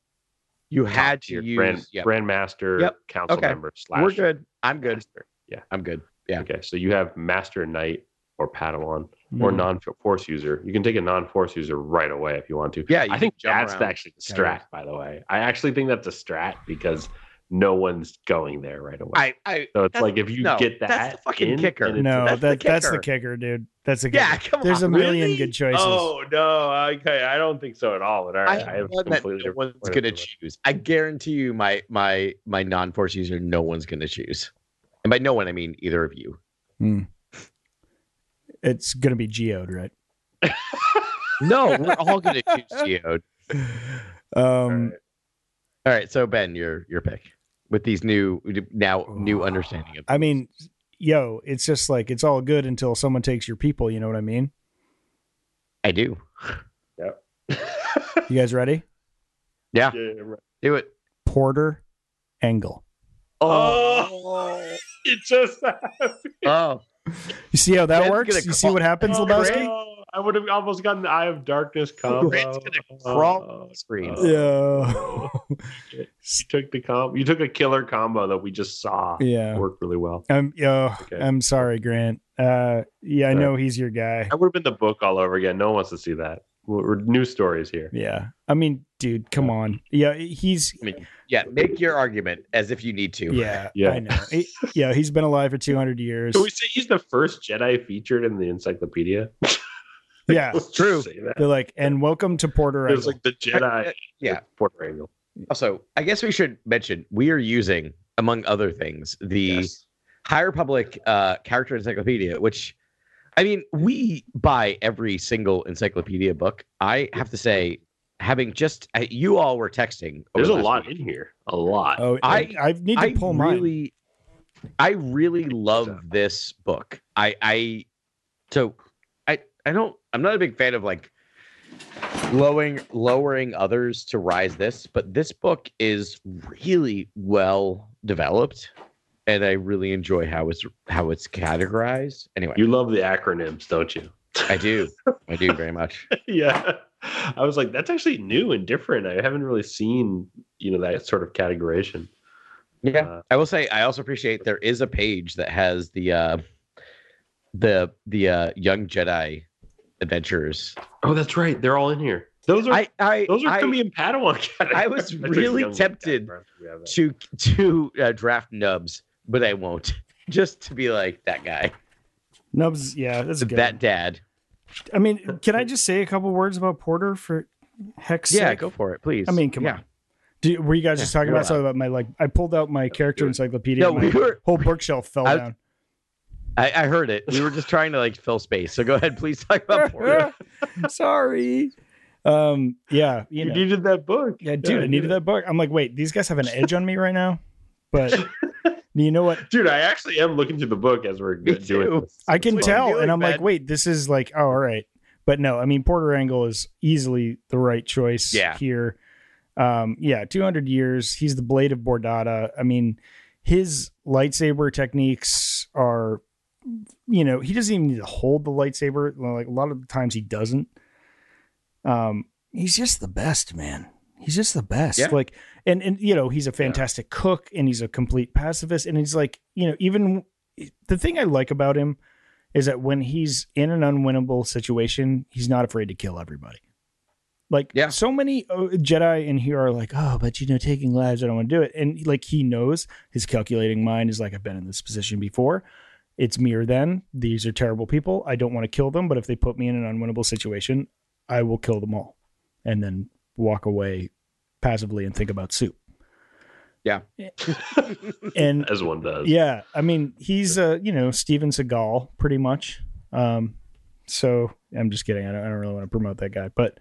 Speaker 3: you had
Speaker 2: top
Speaker 3: to
Speaker 2: tier,
Speaker 3: use.
Speaker 2: grand,
Speaker 3: yep.
Speaker 2: grandmaster,
Speaker 3: Yep.
Speaker 2: council
Speaker 3: Okay.
Speaker 2: member slash.
Speaker 3: We're good. I'm good.
Speaker 2: master. Yeah.
Speaker 3: I'm good. Yeah.
Speaker 2: Okay. So you have master knight or Padawan or
Speaker 3: Mm-hmm.
Speaker 1: Mm.
Speaker 2: non force user. You can take a non force user right away if you want to.
Speaker 3: Yeah, you
Speaker 2: I think
Speaker 3: can jump
Speaker 2: that's
Speaker 3: around.
Speaker 2: actually the strat, by the way. I actually think that's a strat because no one's going there right away.
Speaker 3: I, I,
Speaker 2: so it's
Speaker 3: that's-
Speaker 2: like if you
Speaker 3: no,
Speaker 2: get that,
Speaker 3: that's the fucking
Speaker 2: in,
Speaker 3: kicker.
Speaker 2: and it's-
Speaker 1: No,
Speaker 3: that's the
Speaker 1: that that's the
Speaker 3: kicker.
Speaker 1: kicker, dude. That's the kicker.
Speaker 3: yeah, come on.
Speaker 1: There's a million
Speaker 3: really?
Speaker 1: good choices.
Speaker 2: Oh no! Okay, I don't think so at all. But all
Speaker 3: I
Speaker 2: right, I,
Speaker 3: have
Speaker 2: have
Speaker 3: one that
Speaker 2: completely
Speaker 3: no
Speaker 2: different
Speaker 3: one's
Speaker 2: point
Speaker 3: gonna
Speaker 2: of view.
Speaker 3: choose. I guarantee you, my my my non-force user, no one's gonna choose. And by no one, I mean either of you.
Speaker 1: It's gonna be geode, right?
Speaker 3: No, we're all gonna choose Geode.
Speaker 1: Um,
Speaker 3: All right, so Ben, your your pick with these new now new understanding of.
Speaker 1: I mean, yo, it's just like it's all good until someone takes your people. You know what I mean?
Speaker 3: I do.
Speaker 1: You guys ready?
Speaker 3: Yeah,
Speaker 2: Yeah, yeah, right.
Speaker 3: do it.
Speaker 1: Porter, Engel.
Speaker 2: Oh. It just
Speaker 3: oh,
Speaker 1: You see how that
Speaker 3: Ben's
Speaker 1: works? You
Speaker 3: gonna
Speaker 1: see
Speaker 3: call-
Speaker 1: what happens,
Speaker 2: Oh,
Speaker 1: Lebowski?
Speaker 2: no. I would have almost gotten the Eye of Darkness combo.
Speaker 3: Grant's gonna crawl on the screen.
Speaker 2: Oh,
Speaker 1: Yeah.
Speaker 2: You took the comp. You took a killer combo that we just saw
Speaker 1: yeah.
Speaker 2: work really well.
Speaker 1: I'm yo,
Speaker 2: Okay.
Speaker 1: I'm sorry, Grant. Uh yeah, I
Speaker 2: Sorry.
Speaker 1: know he's your guy.
Speaker 2: That would have been the book all over again. No one wants to see that. We're, we're- new stories here.
Speaker 1: Yeah. I mean, dude, come on. Yeah, he's
Speaker 3: yeah. Make your argument as if you need to.
Speaker 1: yeah,
Speaker 2: Yeah.
Speaker 1: I know. He- yeah, he's been alive for 200 years.
Speaker 2: Can we say he's the first Jedi featured in the encyclopedia?
Speaker 1: Yeah.
Speaker 2: Let's just
Speaker 3: true.
Speaker 2: Say that.
Speaker 1: They're like, and welcome to Porter
Speaker 2: There's
Speaker 1: Engel.
Speaker 2: like the Jedi.
Speaker 3: Yeah.
Speaker 2: Port Angle.
Speaker 3: Also, I guess we should mention we are using, among other things, the
Speaker 2: Yes.
Speaker 3: High Republic uh, character encyclopedia, which I mean, we buy every single encyclopedia book. I have to say, having just I- you all were texting. over
Speaker 2: There's a
Speaker 3: last
Speaker 2: lot
Speaker 3: week.
Speaker 2: in here. A lot.
Speaker 1: oh, I,
Speaker 3: I-
Speaker 1: I need to
Speaker 3: I
Speaker 1: pull mine.
Speaker 3: really, I really love
Speaker 2: Stuff.
Speaker 3: this book. I, I, so I, I don't. I'm not a big fan of like lowering lowering others to rise this, but this book is really well developed, and I really enjoy how it's how it's categorized. Anyway,
Speaker 2: You love the acronyms, don't you?
Speaker 3: I do, I do very much.
Speaker 2: yeah. I was like, that's actually new and different. I haven't really seen, you know, that sort of categorization.
Speaker 3: Yeah,
Speaker 2: Uh,
Speaker 3: I will say I also appreciate there is a page that has the uh the the uh young Jedi adventures.
Speaker 2: Oh, that's right. They're all in here. Those are
Speaker 3: I I
Speaker 2: those are
Speaker 3: I,
Speaker 2: going to be in Padawan category.
Speaker 3: I was
Speaker 2: That's
Speaker 3: really
Speaker 2: young
Speaker 3: tempted
Speaker 2: Jedi, we have that.
Speaker 3: to to uh, draft nubs, but I won't. Just to be like that guy,
Speaker 1: Nubs, yeah, that's a good.
Speaker 3: that dad.
Speaker 1: one. I mean, can I just say a couple words about Porter for heck's
Speaker 3: Yeah,
Speaker 1: sake?
Speaker 3: go for it, please.
Speaker 1: I mean, come
Speaker 3: Yeah.
Speaker 1: on. Do, were you guys just talking
Speaker 3: you're
Speaker 1: about something about my like? I pulled out my character
Speaker 2: do it.
Speaker 1: encyclopedia.
Speaker 3: No,
Speaker 1: and
Speaker 3: we
Speaker 1: my
Speaker 3: were.
Speaker 1: whole bookshelf fell
Speaker 3: I-
Speaker 1: down.
Speaker 3: I, I heard it. We were just trying to like fill space. So go ahead, please talk about. Porter.
Speaker 1: Sorry. Um. Yeah. You
Speaker 2: You
Speaker 1: know.
Speaker 2: needed that book.
Speaker 1: yeah, dude. I
Speaker 2: you
Speaker 1: needed
Speaker 2: did.
Speaker 1: that book. I'm like, wait, these guys have an edge on me right now. But you know what?
Speaker 2: Dude, I actually am looking through the book as we're
Speaker 3: Me
Speaker 2: doing
Speaker 3: too.
Speaker 2: this.
Speaker 1: I can
Speaker 3: That's what I'm
Speaker 1: tell,
Speaker 3: doing,
Speaker 1: and I'm like,
Speaker 3: man.
Speaker 1: wait, this is like, oh, all right. But no, I mean, Porter Angle is easily the right choice
Speaker 3: Yeah.
Speaker 1: here. Um, yeah, 200 years. He's the blade of Bordada. I mean, his lightsaber techniques are you know he doesn't even need to hold the lightsaber like a lot of the times he doesn't um
Speaker 4: He's just the best, man. He's just the best.
Speaker 3: Yeah.
Speaker 1: like and and you know he's a fantastic cook and he's a complete pacifist and he's like you know even the thing i like about him is that when he's in an unwinnable situation he's not afraid to kill everybody like
Speaker 3: Yeah.
Speaker 1: so many uh, jedi in here are like oh but you know taking lives i don't want to do it and like he knows his calculating mind is like i've been in this position before it's me or them these are terrible people i don't want to kill them but if they put me in an unwinnable situation i will kill them all and then walk away passively and think about soup.
Speaker 3: Yeah.
Speaker 1: and
Speaker 2: as one does.
Speaker 1: yeah, I mean, he's uh, you know, Steven Seagal pretty much. Um so I'm just kidding. I don't, I don't really want to promote that guy, but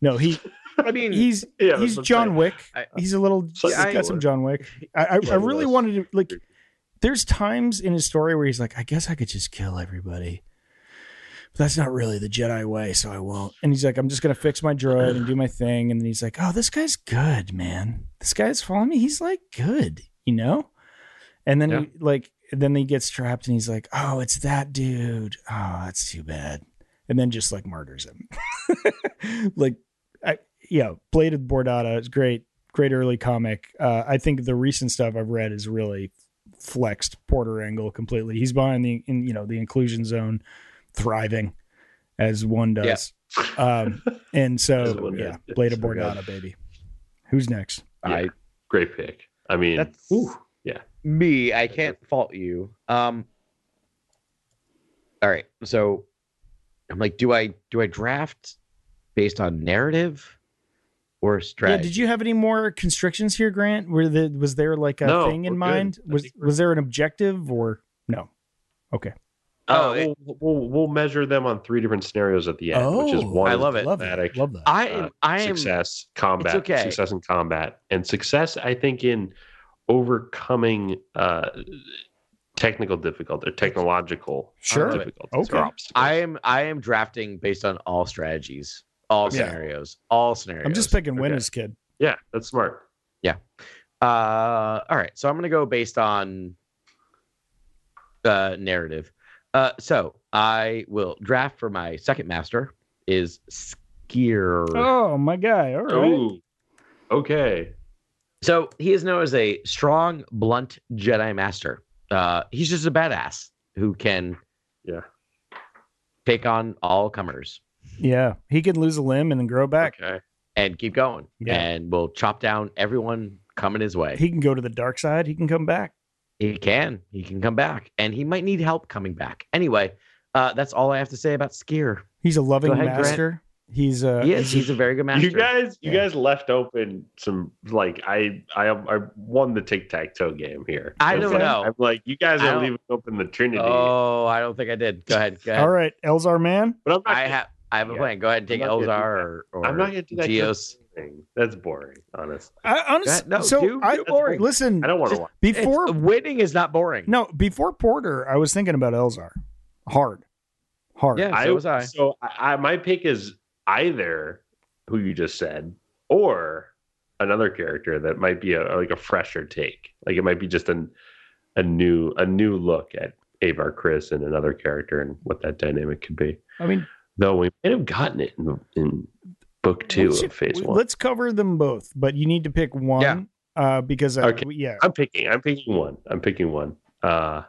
Speaker 1: no, he
Speaker 3: I mean,
Speaker 1: he's
Speaker 2: Yeah, that's
Speaker 1: he's
Speaker 2: what I'm
Speaker 1: John
Speaker 2: saying. uh,
Speaker 1: Wick.
Speaker 3: I-
Speaker 1: he's a little
Speaker 2: So-
Speaker 1: he's got some John Wick. I I, I
Speaker 3: Yeah,
Speaker 1: really
Speaker 3: he was.
Speaker 1: wanted to like there's times in his story where he's like, I guess I could just kill everybody. But that's not really the Jedi way, so I won't. And he's like, I'm just gonna fix my droid and do my thing. And then he's like, Oh, this guy's good, man. This guy's following me. He's like good, you know? And then
Speaker 3: Yeah.
Speaker 1: he, like then he gets trapped and he's like, Oh, it's that dude. Oh, that's too bad. And then just like murders him. like I yeah, Blade of Bordata is great, great early comic. Uh, I think the recent stuff I've read is really flexed Porter Angle completely. He's behind the in, you know the inclusion zone, thriving as one does. Um, and
Speaker 2: As
Speaker 1: so
Speaker 2: one
Speaker 1: yeah,
Speaker 2: does.
Speaker 1: Blade of
Speaker 2: So good.
Speaker 1: Bordata, baby. Who's next?
Speaker 3: I,
Speaker 2: Great pick. I mean,
Speaker 3: that's
Speaker 2: ooh, yeah.
Speaker 3: me. I can't fault you. Um. All right, so I'm like, do I do I draft based on narrative or
Speaker 1: Yeah,
Speaker 3: strategy?
Speaker 1: did you have any more constrictions here, Grant? Were the was there like a
Speaker 2: No,
Speaker 1: thing in
Speaker 2: we're good.
Speaker 1: mind?
Speaker 2: I
Speaker 1: Was
Speaker 2: think we're-
Speaker 1: was there an objective or no?
Speaker 3: Oh,
Speaker 2: Uh,
Speaker 3: it-
Speaker 2: we'll, we'll we'll measure them on three different scenarios at the end, which is
Speaker 4: Oh,
Speaker 2: one.
Speaker 3: I love it.
Speaker 1: Love
Speaker 2: Thematic.
Speaker 1: that. Love that.
Speaker 3: I
Speaker 2: uh,
Speaker 3: am. I am.
Speaker 2: success, combat,
Speaker 3: okay.
Speaker 2: success in combat, and success. I think in overcoming uh, technical difficulty or technological
Speaker 1: Sure.
Speaker 2: difficulties
Speaker 1: Okay.
Speaker 2: or obstacles.
Speaker 3: I am. I am drafting based on all strategies, all
Speaker 1: Yeah.
Speaker 3: scenarios, all scenarios.
Speaker 1: I'm just picking
Speaker 2: Okay.
Speaker 1: winners, kid.
Speaker 2: yeah, that's smart.
Speaker 3: Uh, all right, so I'm gonna go based on uh, narrative. Uh, so I will draft for my second master is Skier.
Speaker 1: Oh my guy! All right.
Speaker 2: Ooh, okay.
Speaker 3: So he is known as a strong, blunt Jedi master. Uh, he's just a badass who can
Speaker 2: Yeah.
Speaker 3: take on all comers
Speaker 1: Yeah, he can lose a limb and then grow back.
Speaker 2: Okay.
Speaker 3: and keep going,
Speaker 1: Yeah.
Speaker 3: and will chop down everyone coming his way.
Speaker 1: He can go to the dark side. He can come back.
Speaker 3: He can. He can come back, and he might need help coming back. Anyway, uh, that's all I have to say about Skier.
Speaker 1: He's a loving
Speaker 3: Go ahead, Grant.
Speaker 1: master. He's uh, a
Speaker 3: Yes, he's a very good master.
Speaker 2: You guys, you
Speaker 1: Yeah.
Speaker 2: guys left open some like I I I won the tic tac toe game here.
Speaker 3: I
Speaker 2: It's
Speaker 3: don't
Speaker 2: like-
Speaker 3: know.
Speaker 2: I'm like you guys
Speaker 3: I
Speaker 2: are
Speaker 3: don't-
Speaker 2: leaving open the Trinity,
Speaker 3: oh, I don't think I did. Go ahead. Go ahead.
Speaker 1: all right. Elzar man.
Speaker 2: but I'm not.
Speaker 3: I have. I have a
Speaker 2: Yeah.
Speaker 3: plan. Go ahead and take
Speaker 2: I'm not gonna
Speaker 3: Elzar
Speaker 2: do
Speaker 3: or, or
Speaker 2: I'm not gonna do that
Speaker 3: Geos.
Speaker 2: thing. That's boring, honestly.
Speaker 1: I, honestly,
Speaker 3: That- no,
Speaker 1: so
Speaker 3: dude,
Speaker 1: I
Speaker 3: that's boring.
Speaker 1: listen.
Speaker 2: I don't want to watch.
Speaker 1: before
Speaker 3: It's- winning is not boring.
Speaker 1: no before Porter, I was thinking about Elzar. Hard, hard.
Speaker 3: Yeah. so was I.
Speaker 2: So I, I, my pick is either who you just said or another character that might be a, like a fresher take. Like it might be just an a new a new look at Avar Chris and another character and what that dynamic could be.
Speaker 1: I mean,
Speaker 2: Though we might have gotten it in, in book two
Speaker 1: we should-
Speaker 2: of phase
Speaker 1: we-
Speaker 2: one.
Speaker 1: Let's cover them both, but you need to pick one.
Speaker 3: Yeah.
Speaker 1: Uh, because I,
Speaker 2: Okay.
Speaker 1: yeah,
Speaker 2: I'm picking. I'm picking one. I'm picking one. Uh,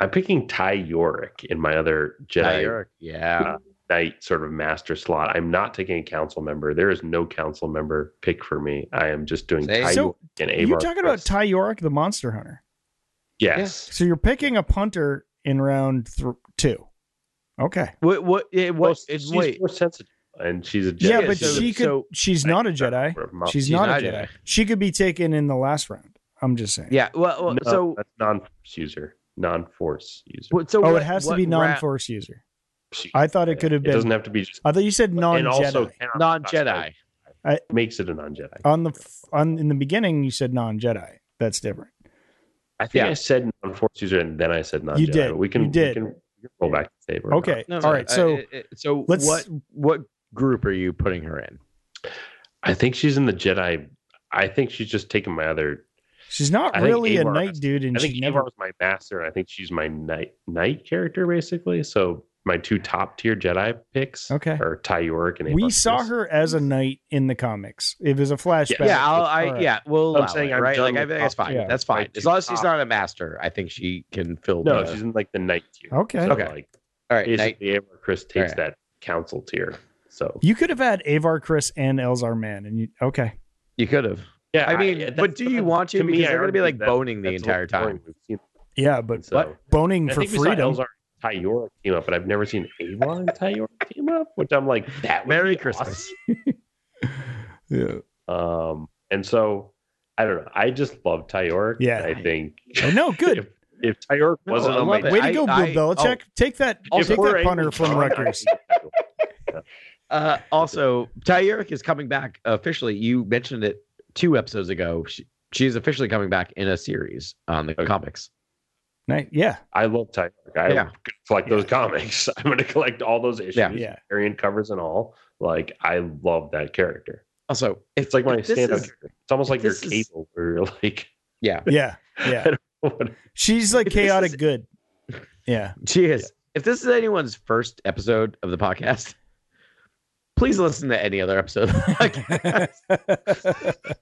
Speaker 2: I'm picking Ty Yorick in my other Jedi
Speaker 3: Yeah, Uh, you're- yeah.
Speaker 2: night sort of master slot. I'm not taking a council member. There is no council member pick for me. I am just doing
Speaker 3: Same.
Speaker 2: Ty
Speaker 1: So,
Speaker 2: and Avar.
Speaker 1: you're talking about
Speaker 2: Chris.
Speaker 1: Ty Yorick, the monster hunter.
Speaker 2: Yes.
Speaker 1: So you're picking a punter in round th- two. Okay.
Speaker 3: What? What? It
Speaker 2: Well,
Speaker 3: was. It's
Speaker 2: she's
Speaker 3: wait.
Speaker 2: more sensitive, and she's a Jedi.
Speaker 1: Yeah,
Speaker 3: Yeah,
Speaker 1: but
Speaker 3: so-
Speaker 1: she could.
Speaker 3: so-
Speaker 1: she's not a Jedi. She's, not, a Jedi. She could be taken in the last round. I'm just saying.
Speaker 3: Yeah. Well. well,
Speaker 2: No,
Speaker 3: so.
Speaker 2: that's non-force user, non-force user.
Speaker 3: what- So.
Speaker 1: Oh,
Speaker 3: what-
Speaker 1: it has to
Speaker 3: what
Speaker 1: be
Speaker 3: ra-
Speaker 1: non-force user.
Speaker 2: She-
Speaker 1: I thought it could have
Speaker 2: It doesn't
Speaker 1: been.
Speaker 2: have to be just
Speaker 1: I thought you said
Speaker 2: and also
Speaker 1: non-Jedi
Speaker 2: cannot be
Speaker 3: Non-Jedi.
Speaker 2: classified. Makes it a non-Jedi.
Speaker 1: on the f- on in the beginning. You said non-Jedi. That's different.
Speaker 2: I think
Speaker 3: Yeah.
Speaker 2: I said non-force user, and then I said non-Jedi.
Speaker 1: did.
Speaker 2: but We can
Speaker 1: You did.
Speaker 2: We can roll back to Saber.
Speaker 1: Okay.
Speaker 3: No,
Speaker 1: All
Speaker 3: no,
Speaker 1: right.
Speaker 3: uh,
Speaker 1: So
Speaker 3: it- it- so
Speaker 1: let's-
Speaker 3: what? What group are you putting her in?
Speaker 2: I think she's in the Jedi. I think she's just taking my other
Speaker 1: She's not
Speaker 2: I think
Speaker 1: really a
Speaker 2: Avar-
Speaker 1: knight dude, and
Speaker 2: I think
Speaker 1: she
Speaker 2: Avar
Speaker 1: never.
Speaker 2: was my master, and I think she's my knight knight character basically. So my two top tier Jedi picks
Speaker 1: Okay.
Speaker 2: are Tyoric and Avar Mm-hmm.
Speaker 1: We saw
Speaker 2: Chris.
Speaker 1: her as a knight in the comics. It was a flashback.
Speaker 3: Yeah, I'll, I
Speaker 1: All right.
Speaker 3: yeah, well,
Speaker 2: I'm
Speaker 3: I'm
Speaker 2: saying
Speaker 3: saying
Speaker 2: I'm
Speaker 3: right,
Speaker 2: done
Speaker 3: like I
Speaker 2: with
Speaker 3: think it's
Speaker 2: top-
Speaker 3: fine.
Speaker 1: yeah,
Speaker 3: That's
Speaker 2: like
Speaker 3: fine. As
Speaker 2: two
Speaker 3: long as she's
Speaker 2: top-
Speaker 3: not a master, I think she can fill.
Speaker 2: No,
Speaker 3: the-
Speaker 2: she's in like the knight tier.
Speaker 1: Oh, Okay.
Speaker 2: So,
Speaker 3: Okay.
Speaker 2: Like
Speaker 3: all right. Knight,
Speaker 2: basically, Avar Chris takes
Speaker 3: Alright.
Speaker 2: that council tier. So
Speaker 1: You could have had Avar, Chris, and Elzar Man, and you okay?
Speaker 3: you could have.
Speaker 2: yeah,
Speaker 3: I mean,
Speaker 2: that's-
Speaker 3: but do you want to?
Speaker 2: to me, I
Speaker 3: because they're going to be
Speaker 2: argue
Speaker 3: like
Speaker 2: that-
Speaker 3: boning the
Speaker 2: that's a
Speaker 3: entire
Speaker 2: little boring.
Speaker 3: time.
Speaker 2: We've seen
Speaker 1: Yeah, but
Speaker 2: so.
Speaker 3: what?
Speaker 1: boning
Speaker 2: I
Speaker 1: for
Speaker 2: think we
Speaker 1: freedom.
Speaker 2: saw Elzar and Tyoric team up, but I've never seen Avar and Tyoric team up, which I'm like, that would
Speaker 3: Merry
Speaker 2: be
Speaker 3: Christmas.
Speaker 2: awesome.
Speaker 1: yeah,
Speaker 2: Um, and so I don't know. I just love Tyoric.
Speaker 1: Yeah.
Speaker 2: I think
Speaker 1: Oh, no, good.
Speaker 2: if Tyoric
Speaker 3: No,
Speaker 2: wasn't
Speaker 3: I
Speaker 2: on my
Speaker 3: love it.
Speaker 1: Way to go, Bill
Speaker 3: I- Oh.
Speaker 1: Belichick. take that,
Speaker 3: If
Speaker 1: take
Speaker 2: we're
Speaker 1: that
Speaker 2: able
Speaker 1: punter
Speaker 2: to
Speaker 1: from
Speaker 2: find-
Speaker 1: Rutgers.
Speaker 3: Uh, also, Tyeric is coming back officially. You mentioned it two episodes ago. She, she's officially coming back in a series on the comics.
Speaker 1: Night, yeah,
Speaker 2: I love Tyoric. I
Speaker 3: Yeah.
Speaker 2: collect those
Speaker 1: Yeah.
Speaker 2: comics. I'm going to collect all those issues,
Speaker 3: Yeah.
Speaker 1: yeah.
Speaker 2: variant covers and all. Like, I love that character.
Speaker 3: Also, if
Speaker 2: It's like my
Speaker 3: if this
Speaker 2: standout
Speaker 3: is-
Speaker 2: character. It's almost like your
Speaker 3: this is-
Speaker 2: cable where you're like,
Speaker 3: yeah,
Speaker 1: Yeah. Yeah. She's like
Speaker 3: If this
Speaker 1: chaotic
Speaker 3: is-
Speaker 1: good. Yeah.
Speaker 3: she is. If this is anyone's first episode of the podcast, please listen to any other episode. of the podcast.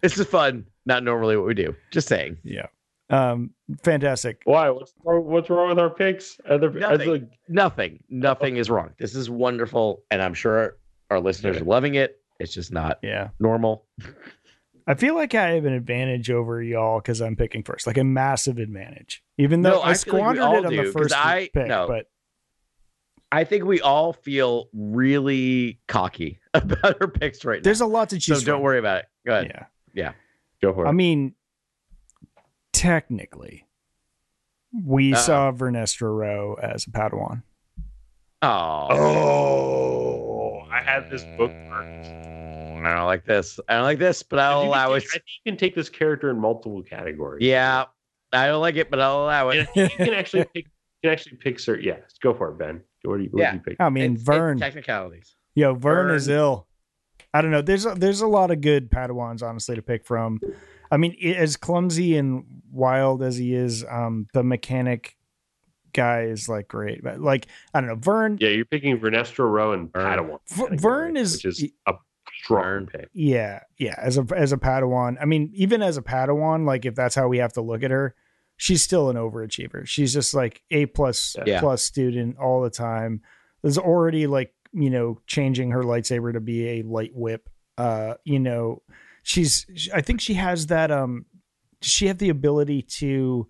Speaker 3: this is fun. Not normally what we do. Just saying.
Speaker 1: yeah. Um, fantastic.
Speaker 2: why? What's wrong, what's wrong with our picks? Are there, are
Speaker 3: Nothing.
Speaker 2: there-
Speaker 3: Nothing. Nothing is wrong. This is wonderful, and I'm sure our listeners are loving it. It's just not
Speaker 1: Yeah.
Speaker 3: normal.
Speaker 1: I feel like I have an advantage over y'all because I'm picking first, like a massive advantage. Even
Speaker 3: No,
Speaker 1: though I,
Speaker 3: I feel like we
Speaker 1: squandered
Speaker 3: all
Speaker 1: it on
Speaker 3: do,
Speaker 1: the
Speaker 3: 'cause
Speaker 1: first
Speaker 3: I-
Speaker 1: pick,
Speaker 3: no.
Speaker 1: but
Speaker 3: I think we all feel really cocky about our picks right
Speaker 1: there's a lot to
Speaker 3: now.
Speaker 1: choose
Speaker 3: So don't
Speaker 1: from.
Speaker 3: worry about it. Go ahead.
Speaker 1: Yeah.
Speaker 2: go for it.
Speaker 1: I mean, technically, we
Speaker 3: Uh-oh.
Speaker 1: saw Vernestra Rowe as a Padawan.
Speaker 3: Oh,
Speaker 2: oh, I had this bookmarked.
Speaker 3: I don't like this. I don't like this, but
Speaker 2: You
Speaker 3: I'll
Speaker 2: can
Speaker 3: allow it.
Speaker 2: take- I think you can take this character in multiple categories.
Speaker 3: Yeah, I don't like it, but I'll allow
Speaker 2: And
Speaker 3: it.
Speaker 2: I think you can actually pick. You can actually pick certain. Yeah, go for it, Ben. What do you? What
Speaker 3: Yeah.
Speaker 2: do you pick?
Speaker 1: I mean,
Speaker 3: It's- it's
Speaker 1: Vern.
Speaker 3: technicalities.
Speaker 1: Yo, Vern, is
Speaker 3: Vern.
Speaker 1: ill. I don't know. There's a, there's a lot of good Padawans, honestly, to pick from. I mean, i as clumsy and wild as he is, um, the mechanic guy is like great. But like, I don't know, Vern.
Speaker 2: Yeah, you're picking Vernestra Rowe and
Speaker 3: Vern.
Speaker 2: Padawan.
Speaker 1: V-
Speaker 2: category,
Speaker 1: Vern is-
Speaker 2: which is a strong
Speaker 3: Vern.
Speaker 2: pick.
Speaker 1: Yeah, yeah. As a as a Padawan, I mean, even as a Padawan, like if that's how we have to look at her, she's still an overachiever. She's just like a plus
Speaker 3: Yeah.
Speaker 1: plus student all the time. There's already like you know changing her lightsaber to be a light whip. Uh, you know, she's sh- I think she has that um, does she have the ability to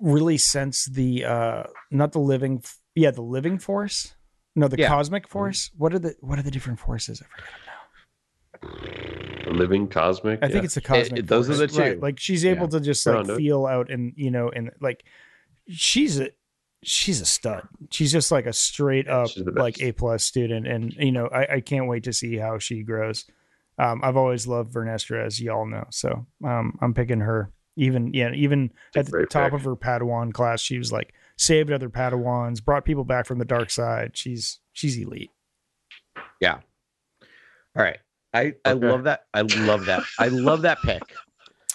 Speaker 1: really sense the uh not the living f- yeah the living force no the
Speaker 3: Yeah. Mm-hmm.
Speaker 1: cosmic force what are the what are the different forces I forget them now.
Speaker 2: A living cosmic.
Speaker 1: I think it's the cosmic.
Speaker 3: it- those are
Speaker 1: force,
Speaker 3: the
Speaker 1: right.
Speaker 3: two.
Speaker 1: Like she's
Speaker 3: Yeah.
Speaker 1: able to just
Speaker 2: Right
Speaker 1: like
Speaker 2: on, dude.
Speaker 1: feel out and you know and like she's a she's a stud. She's just like a straight
Speaker 2: Yeah,
Speaker 1: up
Speaker 2: she's the best.
Speaker 1: like A plus student, and you know I, I can't wait to see how she grows. Um, I've always loved Vernestra, as y'all know, so um, I'm picking her. Even yeah, even
Speaker 2: a
Speaker 1: at the
Speaker 2: great
Speaker 1: top
Speaker 2: pick.
Speaker 1: of her Padawan class, she was like saved other Padawans, brought people back from the dark side. She's she's elite.
Speaker 3: All right. I, I
Speaker 2: Okay.
Speaker 3: love that. I love that. I love that pick.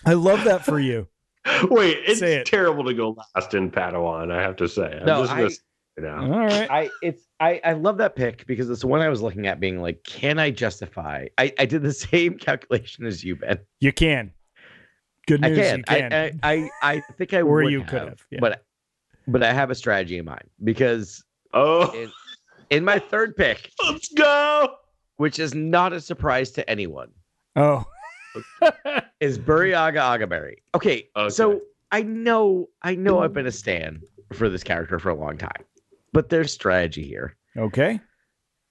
Speaker 1: I love that for you.
Speaker 2: Yeah. Wait, it's
Speaker 1: Say it.
Speaker 2: terrible to go last in Padawan. I have to say. I'm
Speaker 3: No,
Speaker 2: just
Speaker 3: I-
Speaker 2: gonna say it
Speaker 1: All
Speaker 2: now.
Speaker 1: right.
Speaker 3: I it's I I love that pick because it's the one I was looking at being like, can I justify? I I did the same calculation as you, Ben.
Speaker 1: You can. Good
Speaker 3: I
Speaker 1: news,
Speaker 3: can.
Speaker 1: you can.
Speaker 3: I, I I I think I
Speaker 1: Or
Speaker 3: would
Speaker 1: you
Speaker 3: have,
Speaker 1: could have, yeah.
Speaker 3: but but I have a strategy in mind because
Speaker 2: Oh,
Speaker 1: Uh-huh.
Speaker 3: It- in my third pick,
Speaker 2: let's go.
Speaker 3: which is not a surprise to anyone,
Speaker 1: oh,
Speaker 3: is Buriaga Agabari. Okay,
Speaker 2: Okay.
Speaker 3: so I know I know I've been a stan for this character for a long time, but there's strategy here.
Speaker 1: okay.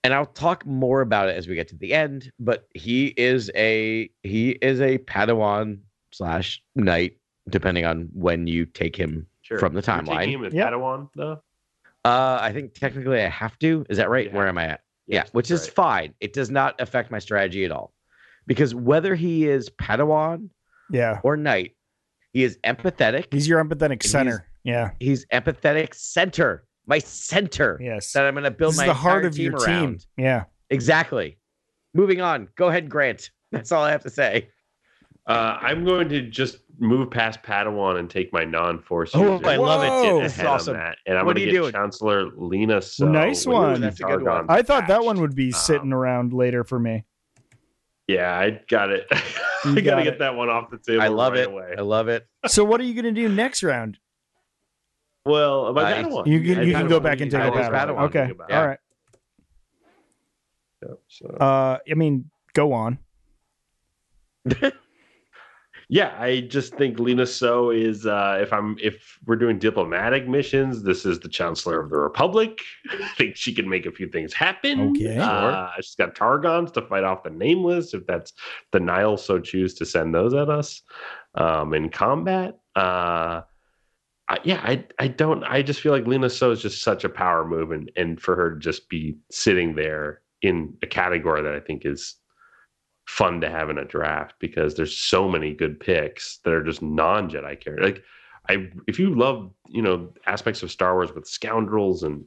Speaker 3: and I'll talk more about it as we get to the end. But he is a he is a Padawan slash knight, depending on when you take him.
Speaker 2: Sure.
Speaker 3: From the
Speaker 2: You're taking
Speaker 3: timeline.
Speaker 2: him as
Speaker 1: Yep.
Speaker 2: Padawan though.
Speaker 3: Uh, I think technically I have to. Is that right?
Speaker 2: Yeah.
Speaker 3: Where am I at? Yeah,
Speaker 2: Yes,
Speaker 3: which is
Speaker 2: right.
Speaker 3: fine. It does not affect my strategy at all, because whether he is Padawan
Speaker 1: Yeah.
Speaker 3: or knight, he is empathetic.
Speaker 1: He's your empathetic
Speaker 3: he's-
Speaker 1: center. Yeah.
Speaker 3: He's empathetic center. My center
Speaker 1: Yes.
Speaker 3: that I'm going to build
Speaker 1: this
Speaker 3: my
Speaker 1: is the heart
Speaker 3: entire
Speaker 1: of your
Speaker 3: team around.
Speaker 1: team. Yeah.
Speaker 3: Exactly. Moving on. Go ahead, Grant. That's all I have to say.
Speaker 2: Uh, I'm going to just move past Padawan and take my non-force.
Speaker 3: Oh,
Speaker 2: user
Speaker 3: I love
Speaker 2: and
Speaker 4: it.
Speaker 2: get
Speaker 3: This is
Speaker 2: ahead on
Speaker 3: awesome.
Speaker 2: that. And I'm
Speaker 3: What
Speaker 2: going to
Speaker 3: are you
Speaker 2: get
Speaker 3: doing?
Speaker 2: Chancellor Lena. So
Speaker 1: Nice one.
Speaker 3: that's a good one.
Speaker 1: I thought that
Speaker 2: patched.
Speaker 1: one would be sitting around later for me.
Speaker 2: Yeah, I got it. I
Speaker 1: You
Speaker 2: got
Speaker 1: got
Speaker 2: to get
Speaker 1: it.
Speaker 2: that one off the table.
Speaker 3: I love
Speaker 2: right
Speaker 3: it.
Speaker 2: Away.
Speaker 3: I love it.
Speaker 1: So what are you going to do next round?
Speaker 2: Well, my
Speaker 3: Nice.
Speaker 2: Padawan.
Speaker 1: You can
Speaker 2: I
Speaker 1: you
Speaker 2: kinda
Speaker 1: can go
Speaker 2: wanna
Speaker 1: back and
Speaker 2: use
Speaker 1: take a
Speaker 3: Tyler's
Speaker 1: Padawan.
Speaker 3: Padawan.
Speaker 1: Okay.
Speaker 2: Think about it.
Speaker 1: All right.
Speaker 2: Yep, so-
Speaker 1: Uh, I mean, go on.
Speaker 2: Yeah, I just think Lena So is uh, if I'm if we're doing diplomatic missions, this is the Chancellor of the Republic. I think she can make a few things happen.
Speaker 1: Okay.
Speaker 2: uh, she's got Targons to fight off the Nameless if that's the Nile so choose to send those at us um, in combat. Uh, I, yeah, I I don't. I just feel like Lena So is just such a power move, and and for her to just be sitting there in a category that I think is fun to have in a draft because there's so many good picks that are just non Jedi characters. Like I, if you love you know aspects of Star Wars with scoundrels and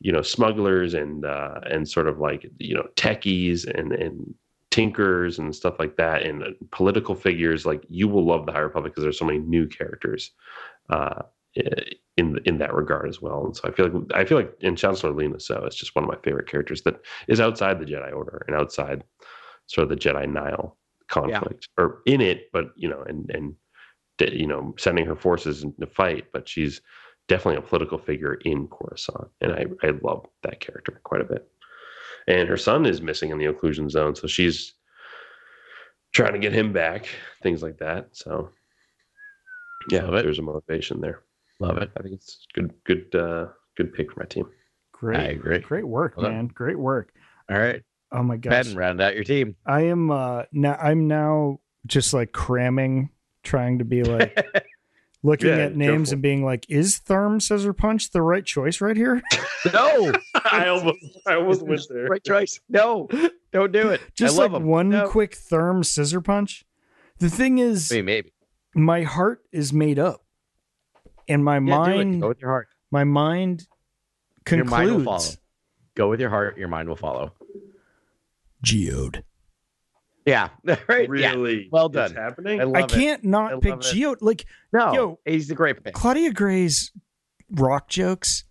Speaker 2: you know smugglers and uh, and sort of like you know techies and and tinkers and stuff like that and uh, political figures like you will love the High Republic because there's so many new characters uh, in in that regard as well. And so I feel like I feel like in Chancellor Lena so it's just one of my favorite characters that is outside the Jedi Order and outside sort of the Jedi Nile conflict or in it, but you know and and you know sending her forces in the fight, but she's definitely a political figure in Coruscant, and I I love that character quite a bit. And her son is missing in the occlusion zone, so she's trying to get him back, things like that. So, yeah,
Speaker 3: Love it.
Speaker 2: there's a motivation there.
Speaker 3: Love it.
Speaker 2: I think it's good, good, uh, good pick for my team.
Speaker 1: Great,
Speaker 3: I agree.
Speaker 1: great work,
Speaker 3: Well done.
Speaker 1: man. Great work.
Speaker 3: All right.
Speaker 1: Oh my gosh.
Speaker 3: Ben, round out your team.
Speaker 1: I am uh now I'm now just like cramming, trying to be like looking
Speaker 2: Yeah,
Speaker 1: at
Speaker 2: go
Speaker 1: names
Speaker 2: for
Speaker 1: and being like, is Therm Scissor Punch the right choice right here?
Speaker 3: No.
Speaker 2: I almost, I almost went there.
Speaker 3: right choice. No. Don't do it.
Speaker 1: Just
Speaker 3: I love
Speaker 1: like
Speaker 3: him.
Speaker 1: one
Speaker 3: No.
Speaker 1: quick Therm Scissor Punch. The thing is,
Speaker 3: I mean, maybe.
Speaker 1: my heart is made up. And my
Speaker 3: Yeah, do it.
Speaker 1: mind
Speaker 3: Go with your heart.
Speaker 1: my mind
Speaker 3: Your
Speaker 1: concludes
Speaker 3: mind will follow. Go with your heart. Your mind will follow.
Speaker 4: Geode.
Speaker 3: Yeah. right. Yeah.
Speaker 2: Really?
Speaker 3: Well
Speaker 2: It's
Speaker 3: done.
Speaker 2: happening.
Speaker 3: I love
Speaker 1: I
Speaker 3: it.
Speaker 1: can't not
Speaker 3: I
Speaker 1: pick
Speaker 3: love it.
Speaker 1: Geo like
Speaker 3: No.
Speaker 1: Yo.
Speaker 3: he's a great pick.
Speaker 1: Claudia Gray's rock jokes.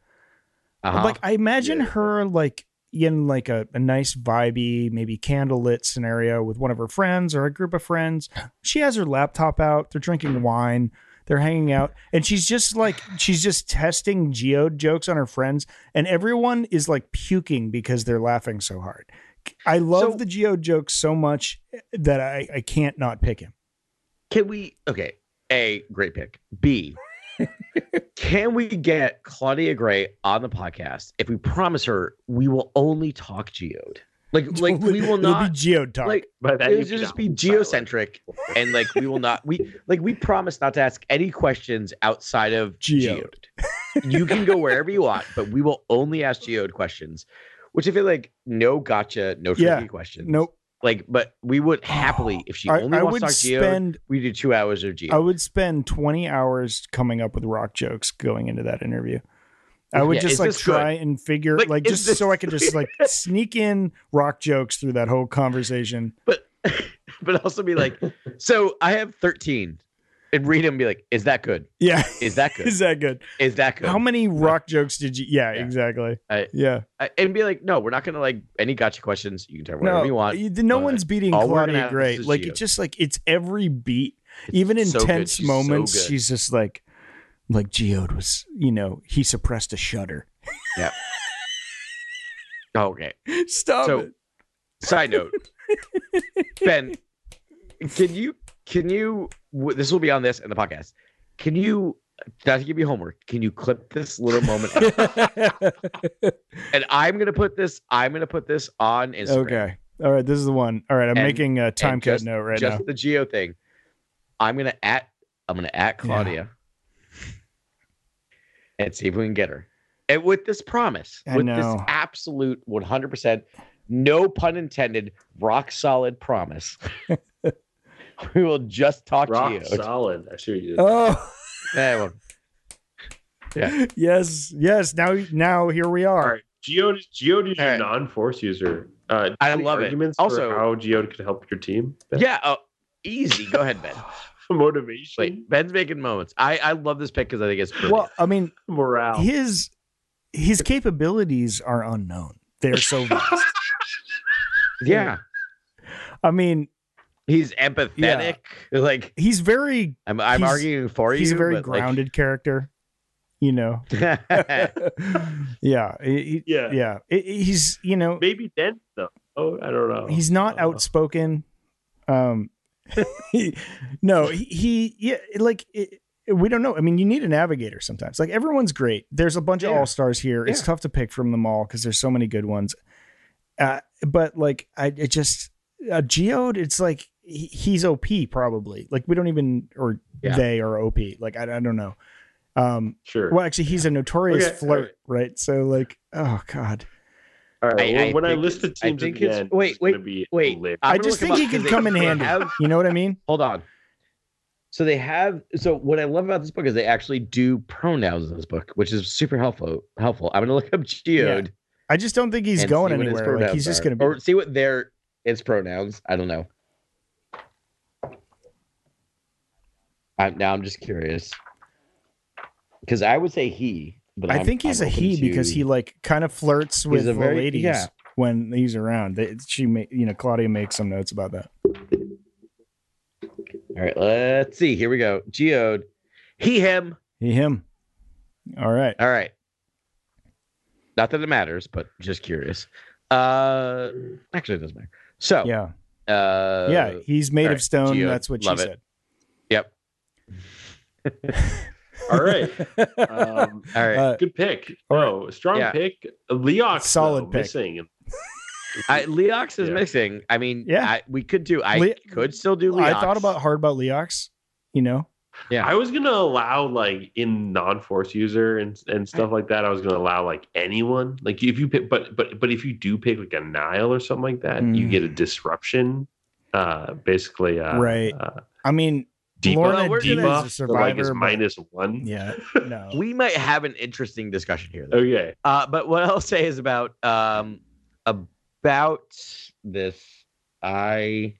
Speaker 3: Uh-huh.
Speaker 1: Like I imagine
Speaker 2: Yeah.
Speaker 1: her like in like a, a nice vibey, maybe candlelit scenario with one of her friends or a group of friends. She has her laptop out, they're drinking wine, they're hanging out, and she's just like she's just testing geode jokes on her friends, and everyone is like puking because they're laughing so hard. I love
Speaker 3: So-
Speaker 1: the geode joke so much eh, that I, I can't not pick him.
Speaker 3: Can we? Okay. A great pick. B. can we get Claudia Gray on the podcast if we promise her we will only talk geode? Like, like we
Speaker 1: It'll
Speaker 3: will not
Speaker 1: be geode talk.
Speaker 3: like.
Speaker 2: But
Speaker 3: It would just be geocentric, and like we will not. We like we promise not to ask any questions outside of
Speaker 1: Geode.
Speaker 3: geode. You can go wherever you want, but we will only ask geode questions. Which I feel like no gotcha, no tricky
Speaker 1: Yeah.
Speaker 3: questions.
Speaker 1: nope.
Speaker 3: Like, but we would happily if she
Speaker 1: I,
Speaker 3: only
Speaker 1: I
Speaker 3: wants
Speaker 1: would
Speaker 3: to talk geode.
Speaker 1: spend
Speaker 3: We do two hours of Geo.
Speaker 1: I would spend 20 hours coming up with rock jokes going into that interview. I would
Speaker 3: Yeah,
Speaker 1: just
Speaker 3: is
Speaker 1: like
Speaker 3: this good?
Speaker 1: try and figure like,
Speaker 3: Like, is
Speaker 1: just
Speaker 3: this-
Speaker 1: so I could just like sneak in rock jokes through that whole conversation.
Speaker 3: but also be like, so I have 13. And read them and be like, is that good?
Speaker 1: Yeah.
Speaker 3: Is that good?
Speaker 1: Is that good?
Speaker 3: Is that good?
Speaker 1: How many rock jokes did you Yeah,
Speaker 3: Yeah.
Speaker 1: exactly.
Speaker 3: I-
Speaker 1: yeah.
Speaker 3: Uh, and be like, no, we're not going to like any gotcha questions. You can type whatever
Speaker 1: No, e-,
Speaker 3: you want.
Speaker 1: you- no
Speaker 3: but
Speaker 1: one's beating
Speaker 3: all we're gonna
Speaker 1: Claudia
Speaker 3: ask
Speaker 1: Gray.
Speaker 3: is
Speaker 1: Like
Speaker 3: you.
Speaker 1: it's just like it's every beat, even in
Speaker 3: so good.
Speaker 1: tense
Speaker 3: She's so
Speaker 1: moments,
Speaker 3: good.
Speaker 1: she's just like like Geode was, you know, he suppressed a shudder.
Speaker 3: Oh, Okay.
Speaker 1: Stop
Speaker 3: So-
Speaker 1: it.
Speaker 3: Side note, Ben, can you, can you, w- this will be on this and the podcast. Can you, not to give you homework, can you clip this little moment? out? and I'm going to put this, I'm going to put this on Instagram.
Speaker 1: Okay. All right. This is the one. All right. I'm
Speaker 3: And-
Speaker 1: making a time code
Speaker 3: just-
Speaker 1: note right
Speaker 3: just
Speaker 1: now.
Speaker 3: the geo thing. I'm gonna at I'm gonna at Claudia and see if we can get her. And with this promise,
Speaker 1: I
Speaker 3: with this
Speaker 1: know.
Speaker 3: absolute 100 percent no pun intended, rock solid promise. we will just talk to
Speaker 2: rock
Speaker 3: you.
Speaker 2: solid. I sure you. did.
Speaker 1: Oh,
Speaker 3: Eh, well,
Speaker 1: yes. Yes. Now, now here we
Speaker 2: All
Speaker 1: are.
Speaker 2: right, Geode, is- Geode is your
Speaker 3: All right.
Speaker 2: non-force user. Uh, do you
Speaker 3: I
Speaker 2: have any
Speaker 3: love it.
Speaker 2: arguments
Speaker 3: Also-
Speaker 2: for how Geode could help your team. Ben?
Speaker 3: yeah, uh, Easy. Go ahead, Ben.
Speaker 2: Motivation,
Speaker 3: Wait, Ben's making moments. I, I love this pick because I think it's brilliant.
Speaker 1: Well, I mean,
Speaker 2: morale.
Speaker 1: his his capabilities are unknown. They're so vast.
Speaker 3: yeah.
Speaker 1: I mean,
Speaker 3: He's empathetic. Like
Speaker 1: he's very
Speaker 3: I'm, I'm
Speaker 1: He's-
Speaker 3: arguing for you.
Speaker 1: he's a very
Speaker 3: but, like-
Speaker 1: grounded character. You know. yeah. he- he-
Speaker 2: yeah.
Speaker 1: yeah. It- it- he's you know
Speaker 2: maybe dense though. Oh, I don't know.
Speaker 1: he's not
Speaker 2: I
Speaker 3: oh.
Speaker 2: don't know.
Speaker 1: outspoken. Um, he- no, he, he yeah, like it, we don't know. I mean, you need a navigator sometimes. Like everyone's great. There's a bunch of
Speaker 3: Yeah.
Speaker 1: all stars here. It's
Speaker 3: Yeah.
Speaker 1: tough to pick from them all because there's so many good ones. Uh, but like, I it just uh, geode. It's like he, he's OP probably. Like we don't even or
Speaker 3: Yeah.
Speaker 1: they are OP. Like I, I don't know. Um,
Speaker 2: Sure.
Speaker 1: well, actually, he's a notorious
Speaker 2: Okay,
Speaker 1: flirt, right? So like, oh god,
Speaker 2: All right.
Speaker 3: I-
Speaker 2: well,
Speaker 3: I
Speaker 2: when I
Speaker 3: think
Speaker 2: list the
Speaker 3: I
Speaker 2: teams
Speaker 3: think
Speaker 2: at the
Speaker 3: it's-
Speaker 2: end,
Speaker 3: wait,
Speaker 2: it's gonna
Speaker 3: wait,
Speaker 2: be
Speaker 3: wait.
Speaker 2: lit.
Speaker 3: I'm
Speaker 1: I
Speaker 3: gonna
Speaker 1: just
Speaker 3: look him
Speaker 1: think he
Speaker 3: up 'cause
Speaker 1: could
Speaker 3: they-
Speaker 1: come in
Speaker 3: they
Speaker 1: handy.
Speaker 3: have-
Speaker 1: You know what I mean?
Speaker 3: hold on. So they have. So what I love about this book is they actually do pronouns in this book, which is super helpful. Helpful. I'm gonna look up geode.
Speaker 1: I just don't think he's
Speaker 3: and
Speaker 1: going
Speaker 3: see what his
Speaker 1: anywhere. Like
Speaker 3: pronouns
Speaker 1: he's just
Speaker 3: are.
Speaker 1: going to be.
Speaker 3: or see what their its pronouns. I don't know. I'm now. I'm just curious because I would say he, but
Speaker 1: I
Speaker 3: I'm-
Speaker 1: think he's
Speaker 3: I'm
Speaker 1: a
Speaker 3: open
Speaker 1: he because
Speaker 3: to-
Speaker 1: he like kind of flirts with
Speaker 3: a
Speaker 1: the
Speaker 3: very-
Speaker 1: ladies
Speaker 3: yeah.
Speaker 1: when he's around. They- She, ma- you know, Claudia makes some notes about that.
Speaker 3: All right, let's see. Here we go. Geode, he, him.
Speaker 1: He, him. All right.
Speaker 3: All right. Not that it matters, but just curious. Uh, actually, it doesn't matter. So,
Speaker 1: yeah,
Speaker 3: Oh, uh,
Speaker 1: yeah. He's made
Speaker 3: all
Speaker 1: of
Speaker 3: right.
Speaker 1: stone.
Speaker 3: Geo,
Speaker 1: That's what she
Speaker 3: love it.
Speaker 1: said.
Speaker 3: yep.
Speaker 2: All right. Um,
Speaker 3: All right.
Speaker 1: Uh,
Speaker 2: good pick. Oh, strong
Speaker 3: Yeah.
Speaker 2: pick. Leox,
Speaker 1: Solid
Speaker 2: though,
Speaker 1: pick.
Speaker 2: Missing.
Speaker 3: I, Leox is
Speaker 2: Yeah.
Speaker 3: missing. I mean,
Speaker 1: Yeah.
Speaker 3: I, we could do. I
Speaker 1: Le-
Speaker 3: could still do. Leox.
Speaker 1: I thought about hard about Leox. You know,
Speaker 3: Yeah.
Speaker 2: I was gonna allow like in non-force user and and stuff like that. I was gonna allow like anyone. Like if you pick, but but but if you do pick like a Nile or something like that, you
Speaker 1: Mm.
Speaker 2: get a disruption. Uh, basically, uh,
Speaker 1: Right.
Speaker 2: Uh,
Speaker 1: I mean,
Speaker 2: debuff,
Speaker 1: Lorna
Speaker 2: debuff,
Speaker 1: Dean is a
Speaker 2: so, like is
Speaker 1: survivor, but-
Speaker 2: minus one. Oh,
Speaker 1: yeah, no.
Speaker 3: We might have an interesting discussion here. Though.
Speaker 2: Okay.
Speaker 3: Uh, but what I'll say is about um about this. I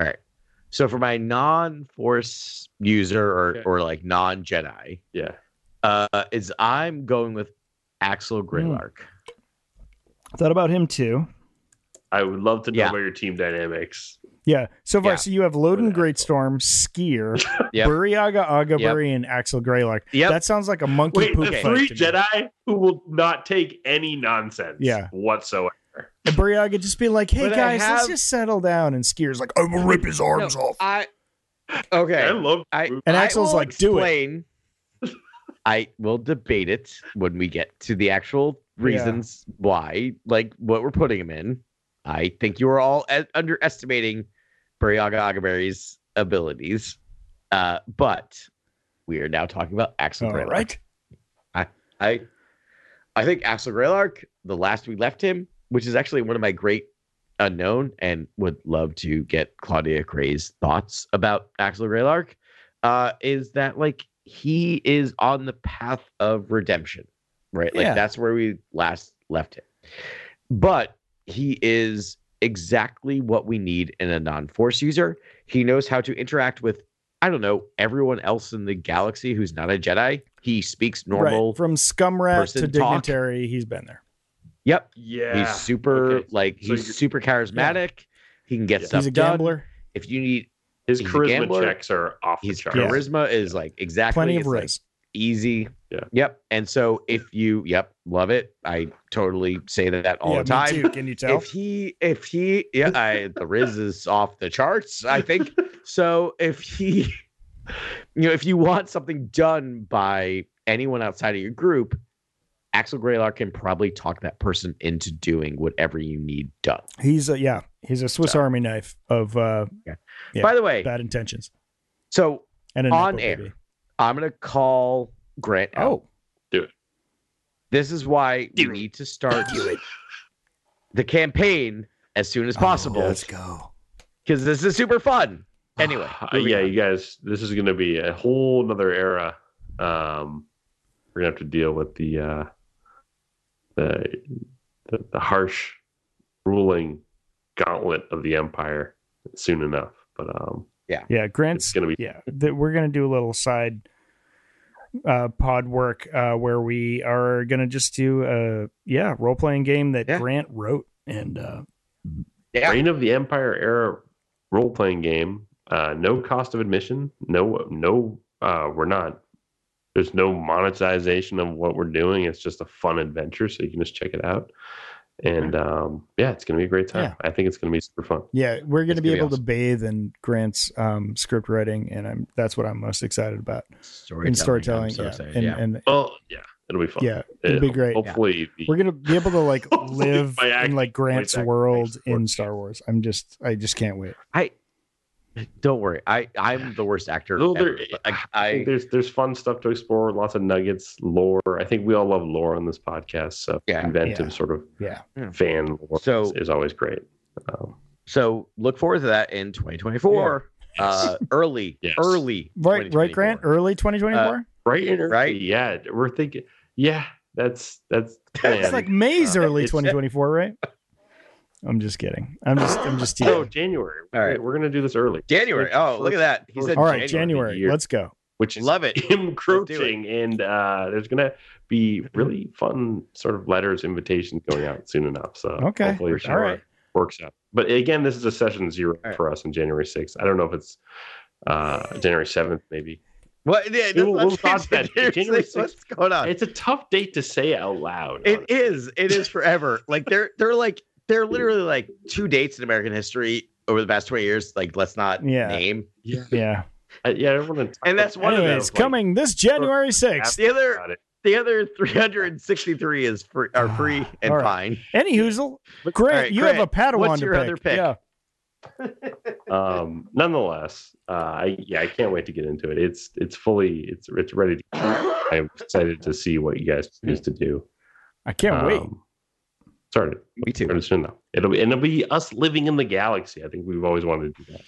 Speaker 3: all right. So for my non-force user or
Speaker 2: Okay.
Speaker 3: or like non-Jedi,
Speaker 2: Yeah.
Speaker 3: uh, is I'm going with
Speaker 1: Hmm.
Speaker 3: Axel Greylark.
Speaker 1: Thought about him too.
Speaker 2: I would love to know
Speaker 3: Yeah.
Speaker 2: about your team dynamics.
Speaker 1: Yeah. So far,
Speaker 3: Yeah.
Speaker 1: so you have
Speaker 2: Or
Speaker 1: Loden
Speaker 2: the
Speaker 1: Greatstorm, Skier,
Speaker 3: Yep.
Speaker 1: Buriaga
Speaker 3: Yep.
Speaker 1: Agaburi, and Axel Greylock.
Speaker 3: Yep.
Speaker 1: That sounds like a monkey
Speaker 2: Wait,
Speaker 1: poop
Speaker 2: the
Speaker 1: fight
Speaker 2: three
Speaker 1: to me.
Speaker 2: Jedi who will not take any nonsense
Speaker 1: Yeah.
Speaker 2: whatsoever.
Speaker 1: And Buriaga just be like, "Hey
Speaker 3: But I
Speaker 1: guys, let's
Speaker 3: have-
Speaker 1: just settle down." And Skier's like, "I'm gonna rip his arms off."
Speaker 3: I
Speaker 2: I
Speaker 3: okay.
Speaker 2: love
Speaker 3: I
Speaker 1: And Axel's
Speaker 3: will
Speaker 1: like, "Do it."
Speaker 3: explain- I will debate it when we get to the actual reasons why, like what we're putting him in. I think you are all e- underestimating Buriaga Agaberry's abilities. Uh, but we are now talking about Axel
Speaker 1: All
Speaker 3: Greylark.
Speaker 1: right.
Speaker 3: I I think Axel Greylark, the last we left him, which is actually one of my great unknown, and would love to get Claudia Gray's thoughts about Axel Greylark, uh, is that like he is on the path of redemption, right? Like
Speaker 1: Yeah.
Speaker 3: that's where we last left him. But he is exactly what we need in a non-force user. He knows how to interact with I don't know, everyone else in the galaxy who's not a Jedi. He speaks normal
Speaker 1: Right. From scum rat to
Speaker 3: person talk.
Speaker 1: dignitary, he's been there.
Speaker 3: Yep.
Speaker 2: Yeah.
Speaker 3: He's super
Speaker 2: Okay.
Speaker 3: like
Speaker 2: So
Speaker 3: he's
Speaker 2: you're-
Speaker 3: super charismatic. He can get
Speaker 2: Yeah.
Speaker 3: stuff
Speaker 1: he's a
Speaker 3: done.
Speaker 1: gambler.
Speaker 3: If you need
Speaker 2: His
Speaker 3: he's a
Speaker 2: charisma
Speaker 3: gambler.
Speaker 2: checks are off the
Speaker 3: his
Speaker 2: charts.
Speaker 1: Yeah.
Speaker 3: charisma is like exactly
Speaker 1: Plenty of
Speaker 3: it's, like,
Speaker 1: riz.
Speaker 3: easy.
Speaker 2: Yeah.
Speaker 3: Yep. And so if you yep, love it. I totally say that all
Speaker 1: yeah,
Speaker 3: the
Speaker 1: Me
Speaker 3: time.
Speaker 1: too. Can you tell?
Speaker 3: If he if he yeah, I the Riz is off the charts, I think. so if he you know, if you want something done by anyone outside of your group, Axel Greylark can probably talk that person into doing whatever you need done.
Speaker 1: he's a yeah. He's a Swiss
Speaker 3: So.
Speaker 1: Army knife of uh, Yeah.
Speaker 3: By the way,
Speaker 1: bad intentions
Speaker 3: so
Speaker 1: and an
Speaker 3: On
Speaker 1: apple
Speaker 3: air.
Speaker 1: baby.
Speaker 3: I'm gonna call Grant. Out.
Speaker 1: Oh,
Speaker 3: this is why we
Speaker 2: Do it.
Speaker 3: need to start the campaign as soon as possible
Speaker 1: Oh, let's
Speaker 3: because
Speaker 1: go.
Speaker 3: this is super fun. Anyway, moving
Speaker 2: Uh, yeah,
Speaker 3: on.
Speaker 2: you guys, this is going to be a whole nother era. Um, we're gonna have to deal with the uh, the, the the harsh ruling gauntlet of the empire soon enough. But um,
Speaker 1: Yeah, Grant's
Speaker 2: it's gonna be
Speaker 1: yeah that we're gonna do a little side uh pod work uh where we are gonna just do a yeah role-playing game that
Speaker 3: Yeah.
Speaker 1: grant wrote and uh
Speaker 3: Yeah.
Speaker 2: Reign of the Empire era role playing game. Uh, no cost of admission. No, no, uh, we're not. There's no monetization of what we're doing. It's just a fun adventure, so you can just check it out. And um, yeah, it's gonna be a great time. I think it's gonna be super fun.
Speaker 1: yeah we're gonna
Speaker 3: It's
Speaker 1: be
Speaker 3: gonna be
Speaker 1: able to
Speaker 3: awesome.
Speaker 1: bathe in grant's um script writing and i'm that's what i'm most excited about
Speaker 3: Storytelling.
Speaker 1: in storytelling
Speaker 3: I'm so
Speaker 1: yeah.
Speaker 3: excited.
Speaker 1: and,
Speaker 3: yeah.
Speaker 1: and
Speaker 2: Well, yeah, it'll be fun.
Speaker 1: yeah it'll be
Speaker 2: Uh,
Speaker 1: great
Speaker 2: Hopefully, the-
Speaker 1: we're gonna be able to like
Speaker 2: Hopefully
Speaker 1: live
Speaker 2: my act-
Speaker 1: in like grant's
Speaker 2: act-
Speaker 1: world
Speaker 2: my
Speaker 1: in
Speaker 2: sports.
Speaker 1: star wars i'm just i just can't wait
Speaker 3: I don't worry. I I'm the worst actor.
Speaker 2: No, there-
Speaker 3: ever, but I,
Speaker 2: I think
Speaker 3: I
Speaker 2: there's there's fun stuff to explore, lots of nuggets, lore. I think we all love lore on this podcast. So
Speaker 3: Yeah,
Speaker 2: inventive
Speaker 1: yeah.
Speaker 2: sort of
Speaker 1: Yeah.
Speaker 3: Yeah.
Speaker 2: fan lore
Speaker 3: So-
Speaker 2: is, is always great. Um,
Speaker 3: so look forward to that in 2024. Uh, early,
Speaker 2: Yes.
Speaker 3: early,
Speaker 1: right right grant
Speaker 3: 2024.
Speaker 1: early 2024
Speaker 2: right in
Speaker 3: Right?
Speaker 2: Yeah, we're thinking. Yeah, that's that's the plan.
Speaker 1: it's like May's
Speaker 2: Uh,
Speaker 1: early
Speaker 2: it's-
Speaker 1: 2024, right? I'm just kidding. I'm just I'm just
Speaker 3: Oh,
Speaker 2: no
Speaker 1: teasing.
Speaker 2: Oh, January.
Speaker 3: All right.
Speaker 2: We're gonna do this early,
Speaker 3: January. Oh, look at that. He said
Speaker 1: All right,
Speaker 2: January
Speaker 1: January.
Speaker 2: of the year.
Speaker 1: Let's go.
Speaker 2: which is
Speaker 3: Love it.
Speaker 2: encroaching, and uh, there's gonna be really fun sort of letters, invitations going out soon enough. So
Speaker 1: Okay.
Speaker 2: hopefully,
Speaker 3: For
Speaker 2: it
Speaker 3: sure.
Speaker 1: All right.
Speaker 2: works out. But again, this is a session zero
Speaker 3: All right.
Speaker 2: for us on January 6th. I don't know if it's uh, January 7th, maybe.
Speaker 3: What? Yeah,
Speaker 2: We'll-
Speaker 3: let's
Speaker 2: we'll
Speaker 3: change
Speaker 2: dodge
Speaker 3: it.
Speaker 2: that.
Speaker 3: January
Speaker 2: January
Speaker 3: 6th, What's going on?
Speaker 2: It's a tough date to say out loud.
Speaker 3: Uh, It is. It is forever. like they're they're like they're literally like two dates in American history over the past twenty years. Like let's not
Speaker 1: Yeah.
Speaker 3: name.
Speaker 2: yeah.
Speaker 1: Yeah.
Speaker 2: Uh, yeah, everyone.
Speaker 3: And that's
Speaker 2: one of
Speaker 1: Anyways,
Speaker 2: those, like,
Speaker 1: coming this January 6th.
Speaker 3: The other
Speaker 2: Got it.
Speaker 3: the other three hundred and sixty three is free are free and
Speaker 1: All right.
Speaker 3: fine.
Speaker 1: Any hoozle.
Speaker 2: But-
Speaker 1: Grant,
Speaker 3: All right,
Speaker 1: you have a
Speaker 3: Grant,
Speaker 1: Padawan
Speaker 3: what's
Speaker 1: to
Speaker 3: your
Speaker 1: pick.
Speaker 3: other pick?
Speaker 1: Yeah.
Speaker 2: Um, nonetheless, uh, I, yeah, I can't wait to get into it. It's it's fully it's it's ready. To, I'm excited to see what you guys choose to do.
Speaker 1: I can't wait.
Speaker 2: Um, Started
Speaker 3: Me too.
Speaker 2: started soon though. It'll be and it'll be us living in the galaxy. I think we've always wanted to do that.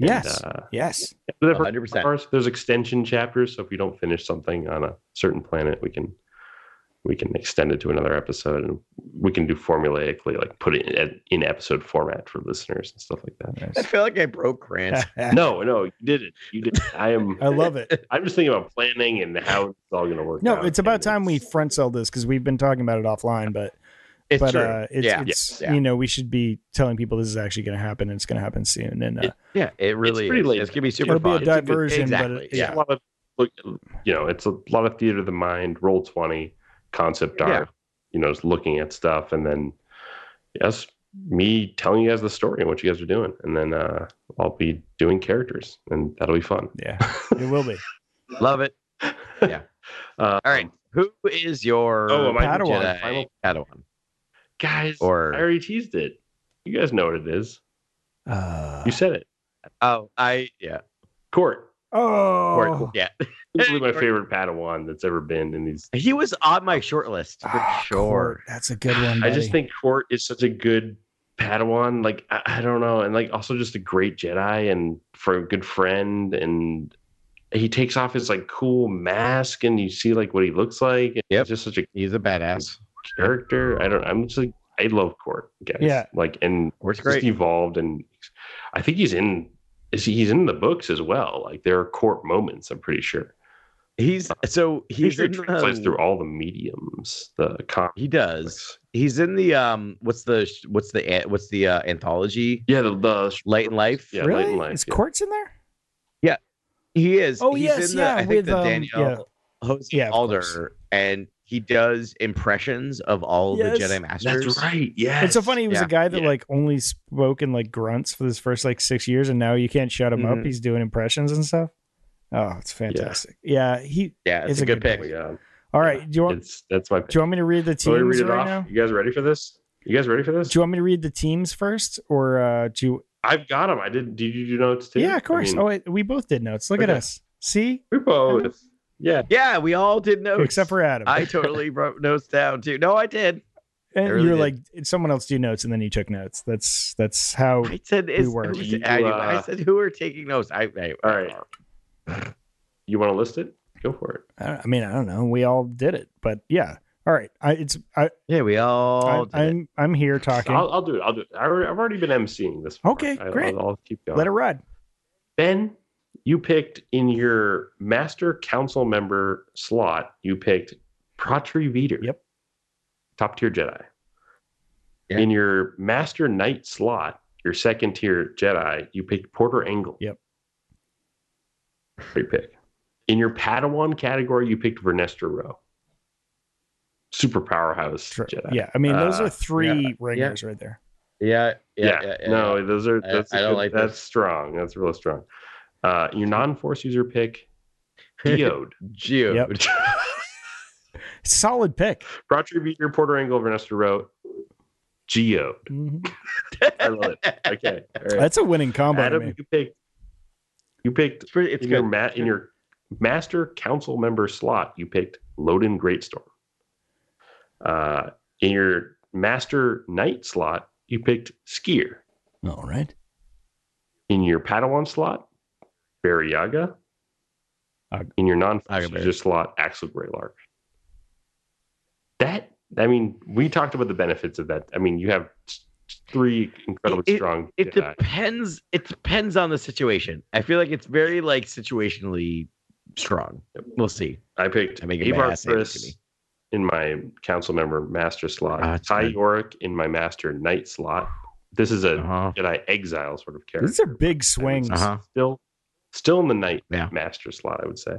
Speaker 2: And,
Speaker 1: Yes.
Speaker 2: uh,
Speaker 1: yes.
Speaker 2: But if-
Speaker 3: 100%.
Speaker 2: of course, there's extension chapters, so if we don't finish something on a certain planet, we can we can extend it to another episode, and we can do formulaically, like put it in, in episode format for listeners and stuff like that.
Speaker 3: I feel like I broke Grant.
Speaker 2: No, no, you did it. You did. It. I am.
Speaker 1: I love it.
Speaker 2: I'm just thinking about planning and how it's all going to work.
Speaker 1: No,
Speaker 3: Oh,
Speaker 2: out.
Speaker 1: it's about
Speaker 2: And
Speaker 1: time we
Speaker 2: it's-
Speaker 1: front sell this because we've been talking about it offline, but
Speaker 3: It's
Speaker 1: but
Speaker 3: true.
Speaker 1: uh it's,
Speaker 3: yeah.
Speaker 1: it's
Speaker 3: Yeah.
Speaker 1: you know, we should be telling people this is actually gonna happen and it's gonna happen soon. And uh,
Speaker 2: It-
Speaker 3: yeah, it really
Speaker 2: pretty
Speaker 3: is.
Speaker 2: laid
Speaker 3: It's gonna be super
Speaker 1: it'll be a
Speaker 3: fun.
Speaker 2: It's a good-
Speaker 1: diversion, but
Speaker 3: exactly.
Speaker 1: it-
Speaker 2: It's
Speaker 1: yeah.
Speaker 2: a lot of look, you know, it's a lot of theater of the mind, roll twenty, concept
Speaker 3: Yeah.
Speaker 2: art. You know, just looking at stuff, and then yes, me telling you guys the story and what you guys are doing, and then uh, I'll be doing characters, and that'll be fun.
Speaker 1: yeah, it will be.
Speaker 3: Love it. Yeah.
Speaker 2: Uh,
Speaker 3: All right. Who is your
Speaker 2: Oh, am I
Speaker 1: the Padawan.
Speaker 3: Jedi
Speaker 2: Final-
Speaker 3: Padawan?
Speaker 2: guys,
Speaker 3: Or-
Speaker 2: I already teased it. You guys know what it is.
Speaker 1: Uh,
Speaker 2: You said it.
Speaker 3: Oh, I yeah.
Speaker 2: Court.
Speaker 3: Or-
Speaker 1: oh,
Speaker 3: yeah.
Speaker 2: Easily my favorite Padawan that's ever been in these.
Speaker 3: He was on my short list for
Speaker 1: Ah,
Speaker 3: sure.
Speaker 1: Court. That's a good one.
Speaker 2: I just
Speaker 1: buddy.
Speaker 2: think Court is such a good Padawan. Like I, I don't know, and like also just a great Jedi and for a good friend. And he takes off his like cool mask, and you see like what he looks like. and
Speaker 3: Yep.
Speaker 2: he's just such a
Speaker 3: He's a badass.
Speaker 2: character. I don't. I'm just like I love Court, guys.
Speaker 1: Yeah.
Speaker 2: like and
Speaker 3: Works
Speaker 2: just
Speaker 3: great.
Speaker 2: evolved, and I think he's in. Is he, he's in the books as well. Like there are Court moments. I'm pretty sure.
Speaker 3: He's so
Speaker 2: He
Speaker 3: he's
Speaker 2: sure
Speaker 3: in
Speaker 2: translates
Speaker 3: the, um,
Speaker 2: through all the mediums, the comics.
Speaker 3: He does. He's in the um. What's the what's the an- what's the uh, anthology?
Speaker 2: Yeah, the, the
Speaker 3: Light and Life.
Speaker 2: Yeah,
Speaker 1: really,
Speaker 2: Light and Life.
Speaker 1: is
Speaker 2: yeah.
Speaker 1: Court's in there?
Speaker 3: He is.
Speaker 1: Oh,
Speaker 3: he's
Speaker 1: yes,
Speaker 3: in the,
Speaker 1: yeah,
Speaker 3: I think
Speaker 1: with,
Speaker 3: the
Speaker 1: um,
Speaker 3: Daniel
Speaker 1: yeah.
Speaker 3: Jose
Speaker 1: Yeah, of course.
Speaker 3: Alder, and he does impressions of all
Speaker 1: Yes.
Speaker 3: the Jedi Masters.
Speaker 2: That's right. Yeah.
Speaker 1: It's so funny. He was
Speaker 3: Yeah.
Speaker 1: a guy that
Speaker 2: Yeah.
Speaker 1: like only spoke in like grunts for his first like six years, and now you can't shut him up.
Speaker 2: Mm-hmm.
Speaker 3: Mhm.
Speaker 1: He's doing impressions and stuff. Oh, it's fantastic. Yeah, he.
Speaker 3: Yeah, it's,
Speaker 1: It's
Speaker 3: a,
Speaker 1: a
Speaker 3: good,
Speaker 1: good
Speaker 2: Oh
Speaker 3: pick.
Speaker 2: my God.
Speaker 1: All right. Do you want?
Speaker 2: It's that's my.
Speaker 1: Do you want me to read the
Speaker 2: Do you want me
Speaker 1: teams
Speaker 2: to read it
Speaker 1: right
Speaker 2: off?
Speaker 1: now?
Speaker 2: You guys ready for this? You guys ready for this?
Speaker 1: Do you want me to read the teams first, or uh, do you?
Speaker 2: I've got them. I did. Did you do notes too?
Speaker 1: Yeah, of course.
Speaker 2: I mean,
Speaker 1: oh, wait, we both did notes. Look at
Speaker 2: Okay.
Speaker 1: us. See,
Speaker 2: we both. Yeah.
Speaker 3: Yeah, we all did
Speaker 2: Oh,
Speaker 3: notes
Speaker 1: except for Adam.
Speaker 3: I totally wrote notes down too. No, I did.
Speaker 1: and
Speaker 3: I
Speaker 1: you
Speaker 3: really
Speaker 1: were
Speaker 3: did.
Speaker 1: like, someone else do notes, and then you took notes. That's that's how.
Speaker 3: I said it's,
Speaker 1: Oh, were.
Speaker 3: I
Speaker 2: You,
Speaker 3: I-
Speaker 2: uh,
Speaker 3: I said who are taking notes. I, I
Speaker 2: All right. You want to list it? Go for it.
Speaker 1: I I mean, I don't know. We all did it, but yeah. All right, I, it's I,
Speaker 3: Yeah, we all.
Speaker 1: I
Speaker 3: did it.
Speaker 1: I'm I'm here talking.
Speaker 2: I'll, I'll do it. I'll do it. I already- I've already been emceeing this. far.
Speaker 1: Okay,
Speaker 2: I,
Speaker 1: great.
Speaker 2: I'll, I'll keep going.
Speaker 1: Let it ride.
Speaker 2: ben, you picked in your master council member slot. You picked Pratri Veeder.
Speaker 1: Yep.
Speaker 2: Top tier Jedi.
Speaker 3: Yeah.
Speaker 2: In your master knight slot, your second tier Jedi, you picked Porter Angle.
Speaker 1: Yep.
Speaker 2: Great pick. In your Padawan category, you picked Vernester Rowe. Super powerhouse
Speaker 1: Sure.
Speaker 2: Jedi.
Speaker 1: Yeah, I mean those
Speaker 2: Uh,
Speaker 1: are three
Speaker 3: yeah,
Speaker 1: ringers right there.
Speaker 3: yeah, yeah,
Speaker 2: yeah,
Speaker 3: yeah, yeah,
Speaker 2: no,
Speaker 3: yeah.
Speaker 2: those are
Speaker 3: I-
Speaker 2: that's
Speaker 3: I don't
Speaker 2: good-
Speaker 3: like
Speaker 2: that's
Speaker 3: this.
Speaker 2: strong. That's real strong. Uh, your non-force user pick, Geode.
Speaker 3: Geo.
Speaker 1: Yep. Solid pick.
Speaker 2: Roger Beater, Porter Angle, Ernesto Rowe, Geode.
Speaker 1: Mhm.
Speaker 2: I love it. Okay, all right.
Speaker 1: That's a winning combo. to
Speaker 2: Adam,
Speaker 1: me.
Speaker 2: you picked you picked
Speaker 3: It's pretty. It's
Speaker 2: in
Speaker 3: good.
Speaker 2: your ma- in your master council member slot. You picked Loden Greatstorm. Uh, in your master knight slot, you picked Skier.
Speaker 1: All right.
Speaker 2: In your Padawan slot, Barry Yaga.
Speaker 1: Ag-
Speaker 2: In your non
Speaker 3: Agaberry.
Speaker 2: user slot, Axel Greylark. That I mean, we talked about the benefits of that. I mean, you have s- three incredibly
Speaker 3: It-
Speaker 2: strong.
Speaker 3: it
Speaker 2: Jedi.
Speaker 3: depends. It depends on the situation. I feel like it's very like situationally strong. We'll see.
Speaker 2: I picked
Speaker 3: I may get my
Speaker 2: Avar
Speaker 3: ass handed to
Speaker 2: Friss
Speaker 3: me.
Speaker 2: in my council member master slot.
Speaker 3: Ah, it's
Speaker 2: Ty
Speaker 3: good.
Speaker 2: Yorick in my master knight slot. This is a
Speaker 3: Uh-huh.
Speaker 2: Jedi exile sort of character.
Speaker 1: These are big swings.
Speaker 3: Uh-huh.
Speaker 2: still still in the night
Speaker 3: Yeah.
Speaker 2: master slot i would say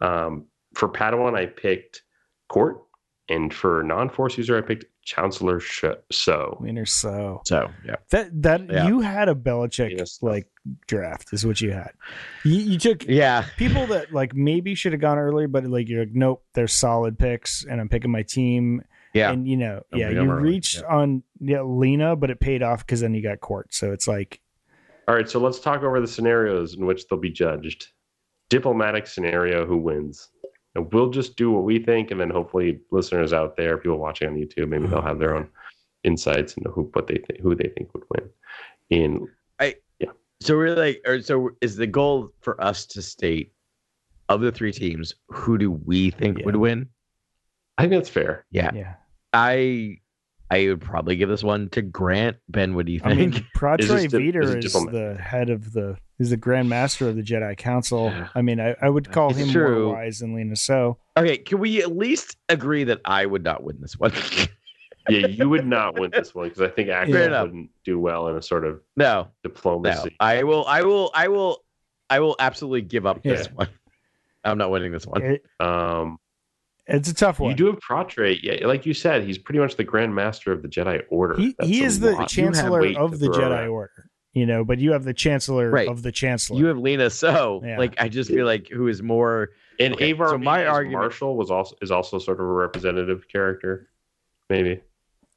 Speaker 2: um, for padawan i picked court and for non-force user i picked chancellor Sh- so
Speaker 1: Wiener so
Speaker 3: So yeah.
Speaker 1: that that
Speaker 3: Yeah.
Speaker 1: you had a Belichick
Speaker 2: Yes.
Speaker 1: like draft is what you had. You, you took
Speaker 3: Yeah.
Speaker 1: people that like maybe should have gone earlier, but like you're like, nope, they're solid picks, and I'm picking my team.
Speaker 3: Yeah.
Speaker 1: and you know,
Speaker 3: I'm
Speaker 1: yeah,
Speaker 3: picking them
Speaker 1: you
Speaker 3: early,
Speaker 1: reached
Speaker 3: yeah.
Speaker 1: on yeah, Lena, but it paid off because then you got court. So it's like
Speaker 2: all right so let's talk over the scenarios in which they'll be judged diplomatic scenario who wins and we'll just do what we think and then hopefully listeners out there people watching on youtube maybe they'll have their own insights into who what they think who they think would win in
Speaker 3: So we're like, or so is the goal for us to state of the three teams who do we think
Speaker 1: Yeah.
Speaker 3: would win?
Speaker 2: i think that's fair
Speaker 3: Yeah.
Speaker 1: yeah.
Speaker 3: I I would probably give this one to Grant. Ben, what do you
Speaker 1: I mean,
Speaker 3: think?
Speaker 1: Pratrey
Speaker 2: Is this di-
Speaker 1: Veter
Speaker 2: is it
Speaker 1: is,
Speaker 2: diplomat?
Speaker 1: the head of the is the Grand Master of the Jedi Council. I mean, I, I would call
Speaker 3: It's
Speaker 1: him
Speaker 3: true.
Speaker 1: more wise than Lena. So
Speaker 3: okay, can we at least agree that I would not win this one?
Speaker 2: yeah you would not win this one because i think Axel
Speaker 3: Fair enough.
Speaker 2: wouldn't do well in a sort of
Speaker 3: no, no.
Speaker 2: diplomacy.
Speaker 3: I will I will I will I will absolutely give up this one. I'm not winning this one.
Speaker 1: it,
Speaker 2: Um,
Speaker 1: it's a tough one.
Speaker 2: you do have Pratre, yeah, like you said, he's pretty much the Grand Master of the Jedi Order.
Speaker 1: he,
Speaker 2: That's
Speaker 1: he
Speaker 2: a
Speaker 1: is the
Speaker 2: lot. You have
Speaker 1: chancellor
Speaker 2: weight to
Speaker 1: of the
Speaker 2: throw
Speaker 1: Jedi
Speaker 2: around.
Speaker 1: Order, you know, but you have the chancellor
Speaker 3: Right.
Speaker 1: of the chancellor.
Speaker 3: You have Lena, so
Speaker 1: Yeah.
Speaker 3: like I just feel like who is more
Speaker 2: And
Speaker 3: Okay,
Speaker 2: Avar,
Speaker 3: so my
Speaker 2: my
Speaker 3: argument-
Speaker 2: Marshall was also is also sort of a representative character, maybe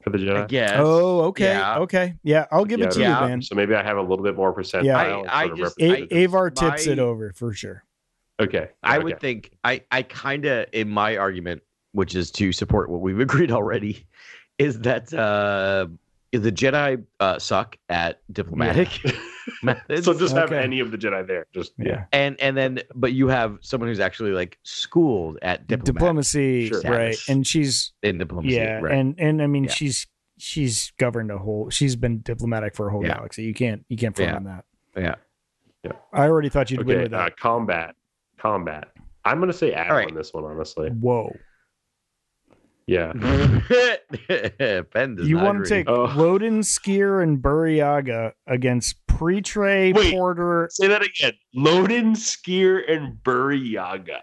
Speaker 2: for the
Speaker 3: I
Speaker 2: Jedi.
Speaker 3: guess.
Speaker 1: oh, okay,
Speaker 3: Yeah.
Speaker 1: okay, yeah, I'll give it to
Speaker 3: Yeah.
Speaker 1: you, man.
Speaker 2: So maybe I have a little bit more percentile.
Speaker 1: Yeah.
Speaker 3: I- I
Speaker 2: sort of
Speaker 3: just-
Speaker 1: A-
Speaker 2: representative.
Speaker 1: Avar tips
Speaker 3: My-
Speaker 1: it over for sure.
Speaker 2: okay,
Speaker 3: I
Speaker 2: okay.
Speaker 3: would think I I kind of in my argument, which is to support what we've agreed already, is that uh, the Jedi uh, suck at diplomatic methods,
Speaker 2: so. Just have
Speaker 1: Okay.
Speaker 2: any of the Jedi there. Just
Speaker 1: Yeah,
Speaker 2: yeah.
Speaker 3: and and then but you have someone who's actually like schooled at diplomat,
Speaker 1: diplomacy,
Speaker 2: Sure.
Speaker 1: right?
Speaker 3: Status.
Speaker 1: And she's
Speaker 3: in diplomacy,
Speaker 1: yeah,
Speaker 3: right?
Speaker 1: and and I mean,
Speaker 3: Yeah.
Speaker 1: she's she's governed a whole. She's been diplomatic for a whole
Speaker 3: Yeah.
Speaker 1: galaxy. You can't you can't front
Speaker 3: Yeah.
Speaker 1: on that.
Speaker 3: Yeah.
Speaker 2: Yeah.
Speaker 1: I already thought you'd win
Speaker 2: Okay,
Speaker 1: with
Speaker 2: uh,
Speaker 1: that.
Speaker 2: combat, combat. I'm gonna say Adam
Speaker 3: All right.
Speaker 2: on this one, honestly.
Speaker 1: Whoa,
Speaker 2: Yeah,
Speaker 1: Mm-hmm.
Speaker 3: ben does
Speaker 1: you
Speaker 3: not
Speaker 1: want to
Speaker 3: agree.
Speaker 1: take
Speaker 2: Oh.
Speaker 1: Loden, Skier, and Buriaga against Pretre,
Speaker 2: Wait.
Speaker 1: Porter,
Speaker 2: Say that again. Loden, Skier, and Buriaga.